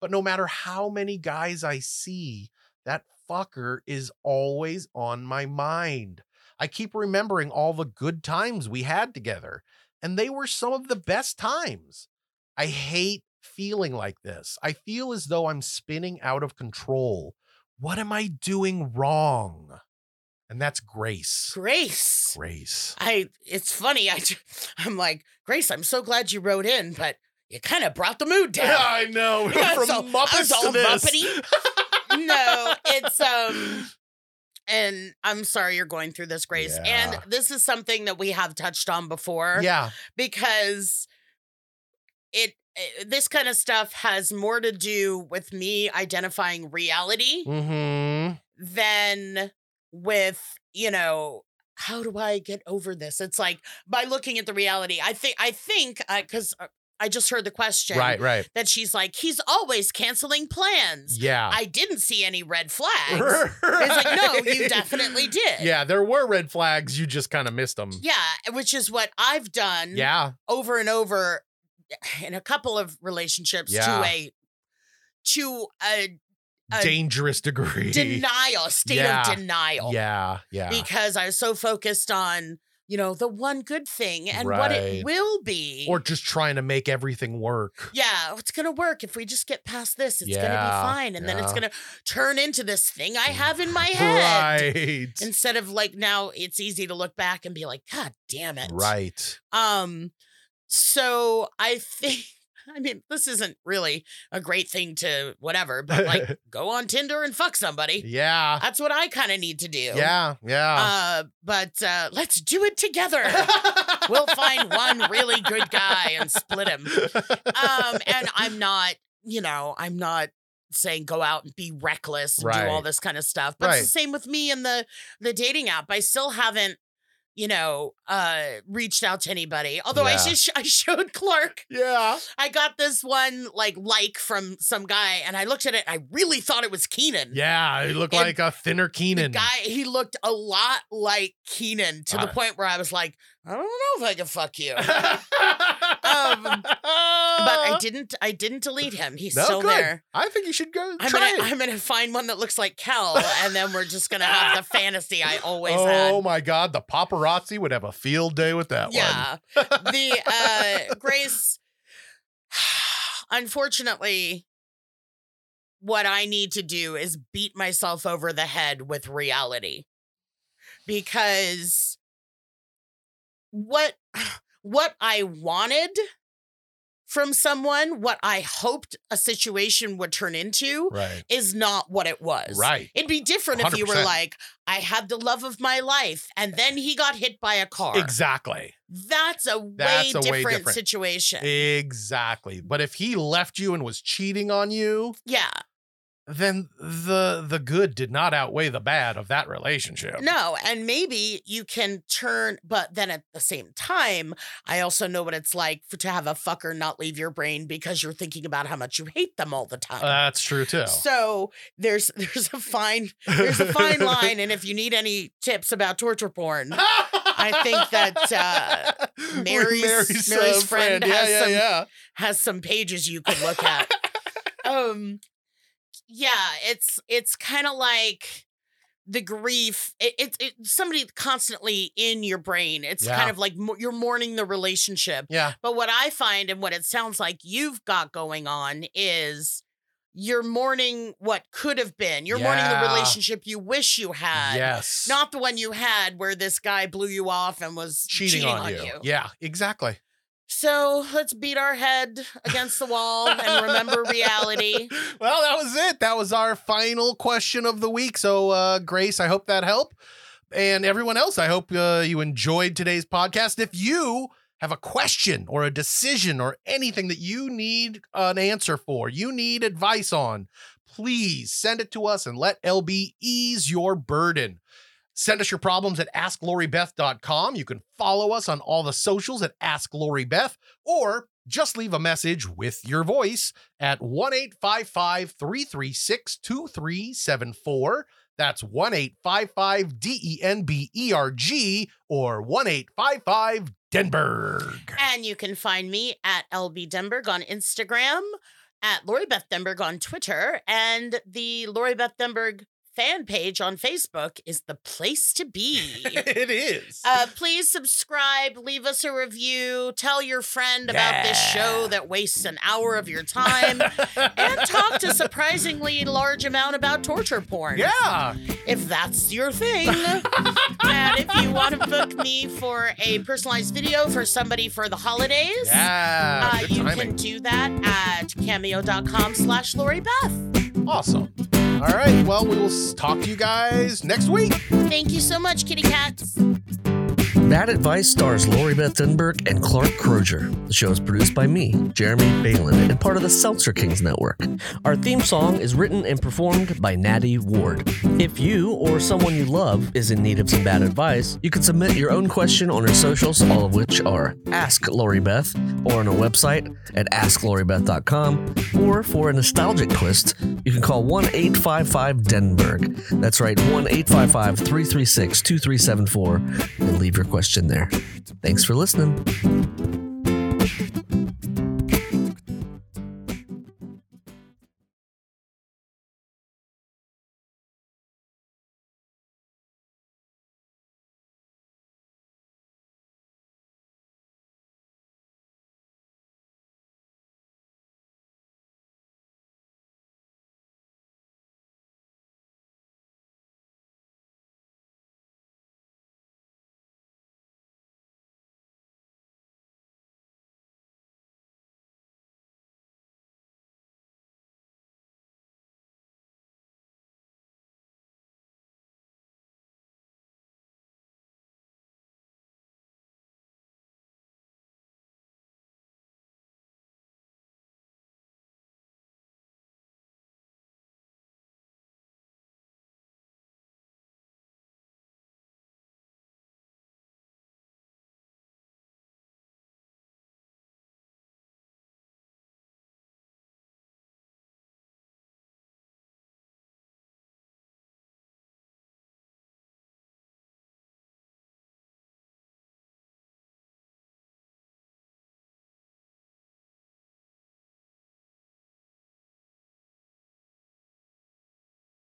[SPEAKER 2] But no matter how many guys I see, that fucker is always on my mind. I keep remembering all the good times we had together and they were some of the best times. I hate feeling like this. I feel as though I'm spinning out of control. What am I doing wrong? And that's Grace.
[SPEAKER 4] Grace.
[SPEAKER 2] Grace.
[SPEAKER 4] I. It's funny. I. ju- I'm like Grace. I'm so glad you wrote in, but you kind of brought the mood down.
[SPEAKER 2] I know.
[SPEAKER 4] Yeah, I was all- I was all Muppety. no, it's um and I'm sorry you're going through this, Grace.
[SPEAKER 2] Yeah.
[SPEAKER 4] And this is something that we have touched on before
[SPEAKER 2] Yeah.
[SPEAKER 4] because it, it- this kind of stuff has more to do with me identifying reality
[SPEAKER 2] Mm-hmm.
[SPEAKER 4] than with, you know, how do I get over this? It's like by looking at the reality. I think I think uh, cuz I just heard the question
[SPEAKER 2] Right, right.
[SPEAKER 4] that she's like he's always canceling plans.
[SPEAKER 2] Yeah.
[SPEAKER 4] I didn't see any red flags. It's like, no, you definitely did.
[SPEAKER 2] Yeah, there were red flags. You just kind of missed them.
[SPEAKER 4] Yeah, which is what I've done
[SPEAKER 2] Yeah.
[SPEAKER 4] over and over eh, in a couple of relationships
[SPEAKER 2] Yeah.
[SPEAKER 4] to a to a A
[SPEAKER 2] Dangerous degree.
[SPEAKER 4] denial, state
[SPEAKER 2] Yeah.
[SPEAKER 4] of denial.
[SPEAKER 2] Yeah. Yeah.
[SPEAKER 4] Because I was so focused on, you know, the one good thing and what
[SPEAKER 2] Right.
[SPEAKER 4] it will be.
[SPEAKER 2] or just trying to make everything work.
[SPEAKER 4] yeah, oh, it's gonna work if we just get past this. It's gonna
[SPEAKER 2] Yeah,
[SPEAKER 4] be fine, and then it's
[SPEAKER 2] yeah.
[SPEAKER 4] gonna turn into this thing I have in my head.
[SPEAKER 2] Right.
[SPEAKER 4] instead of like now it's easy to look back and be like god damn it
[SPEAKER 2] Right.
[SPEAKER 4] um so i think i mean this isn't really a great thing to whatever but like go on tinder and fuck somebody
[SPEAKER 2] Yeah.
[SPEAKER 4] that's what i kind of need to do
[SPEAKER 2] Yeah. Yeah.
[SPEAKER 4] uh but uh let's do it together Uh, we'll find one really good guy and split him um and i'm not you know i'm not saying go out and be reckless and do all
[SPEAKER 2] Right.
[SPEAKER 4] this kind of stuff but it's the same with me and the the dating app i still haven't you know uh reached out to anybody although i
[SPEAKER 2] Yeah.
[SPEAKER 4] just i showed clark
[SPEAKER 2] yeah.
[SPEAKER 4] i got this one like like from some guy and i looked at it i really thought it was keenan
[SPEAKER 2] Yeah. It looked
[SPEAKER 4] And
[SPEAKER 2] like a thinner
[SPEAKER 4] the
[SPEAKER 2] Keenan.
[SPEAKER 4] guy he looked a lot like keenan to the
[SPEAKER 2] Uh.
[SPEAKER 4] point where i was like i don't know if i can fuck you
[SPEAKER 2] um,
[SPEAKER 4] but Um, i didn't i didn't delete him he's still there
[SPEAKER 2] I think you should go
[SPEAKER 4] I'm
[SPEAKER 2] try
[SPEAKER 4] gonna,
[SPEAKER 2] it.
[SPEAKER 4] I'm gonna find one that looks like Cal, and then we're just gonna have the fantasy I always
[SPEAKER 2] oh
[SPEAKER 4] had.
[SPEAKER 2] my God. The paparazzi would have a field day with that one.
[SPEAKER 4] Yeah, the uh, Grace. Unfortunately, what I need to do is beat myself over the head with reality, because what what I wanted from someone, what I hoped a situation would turn into,
[SPEAKER 2] Right.
[SPEAKER 4] is not what it was.
[SPEAKER 2] Right.
[SPEAKER 4] It'd be different if you were
[SPEAKER 2] 100%.
[SPEAKER 4] like, I had the love of my life, and then he got hit by a car.
[SPEAKER 2] Exactly.
[SPEAKER 4] That's a,
[SPEAKER 2] That's
[SPEAKER 4] way,
[SPEAKER 2] a way
[SPEAKER 4] different
[SPEAKER 2] different.
[SPEAKER 4] situation.
[SPEAKER 2] Exactly. But if he left you and was cheating on you,
[SPEAKER 4] yeah.
[SPEAKER 2] then the the good did not outweigh the bad of that relationship.
[SPEAKER 4] No, and maybe you can turn, but then at the same time, I also know what it's like for, to have a fucker not leave your brain because you're thinking about how much you hate them all the time.
[SPEAKER 2] That's true too.
[SPEAKER 4] so there's there's a fine there's a fine line, and if you need any tips about torture porn,
[SPEAKER 2] I
[SPEAKER 4] think that,
[SPEAKER 2] uh,
[SPEAKER 4] Mary's- Mary's friend has some- has some pages you could look at. um yeah, it's it's kind of like the grief it, it, it somebody constantly in your brain it's
[SPEAKER 2] Yeah.
[SPEAKER 4] kind of like mo- you're mourning the relationship
[SPEAKER 2] Yeah.
[SPEAKER 4] but what i find and what it sounds like you've got going on is you're mourning what could have been you're mourning
[SPEAKER 2] Yeah.
[SPEAKER 4] the relationship you wish you had
[SPEAKER 2] yes.
[SPEAKER 4] uh, not the one you had where this guy blew you off and was
[SPEAKER 2] cheating, on, you. Yeah, exactly.
[SPEAKER 4] so let's beat our head against the wall and remember reality
[SPEAKER 2] well, that was it. That was our final question of the week. So, uh, Grace, I hope that helped. And everyone else, I hope uh, you enjoyed today's podcast. If you have a question or a decision or anything that you need an answer for, you need advice on, please send it to us and let LB ease your burden. Send us your problems at asklorybeth.com. You can follow us on all the socials at Ask Lori Beth, or just leave a message with your voice at 1 855 336 2374. That's 1 855 D E N B E R G or 1 855 Denberg.
[SPEAKER 4] And you can find me at LB Denberg on Instagram, at Lori Beth Denberg on Twitter, and the Lori Beth Denberg fan page on Facebook is the place to be.
[SPEAKER 2] it is.
[SPEAKER 4] Uh, please subscribe, leave us a review, tell your friend about this show that wastes an hour of your time, and talk to surprisingly large amount about torture porn
[SPEAKER 2] yeah.
[SPEAKER 4] if that's your thing. and if you want to book me for a personalized video for somebody for the holidays,
[SPEAKER 2] Yeah.
[SPEAKER 4] uh,
[SPEAKER 2] good
[SPEAKER 4] you
[SPEAKER 2] timing.
[SPEAKER 4] can do that at cameo.com slash Lori Beth.
[SPEAKER 2] Awesome. All right. Well, we will s- talk to you guys next week.
[SPEAKER 4] Thank you so much, kitty cats.
[SPEAKER 5] That Advice stars Lori Beth Denberg and Clark Crozier. The show is produced by me, Jeremy Balin, and part of the Seltzer Kings Network. Our theme song is written and performed by Natty Ward. If you or someone you love is in need of some bad advice, you can submit your own question on our socials, all of which are Ask Lori Beth, or on our website at AskLoriBeth.com, or for a nostalgic twist, you can call 1 855 Denberg. That's right, 1 855 336 2374, and leave your question there. Thanks for listening.
[SPEAKER 6] Seltzer Kings.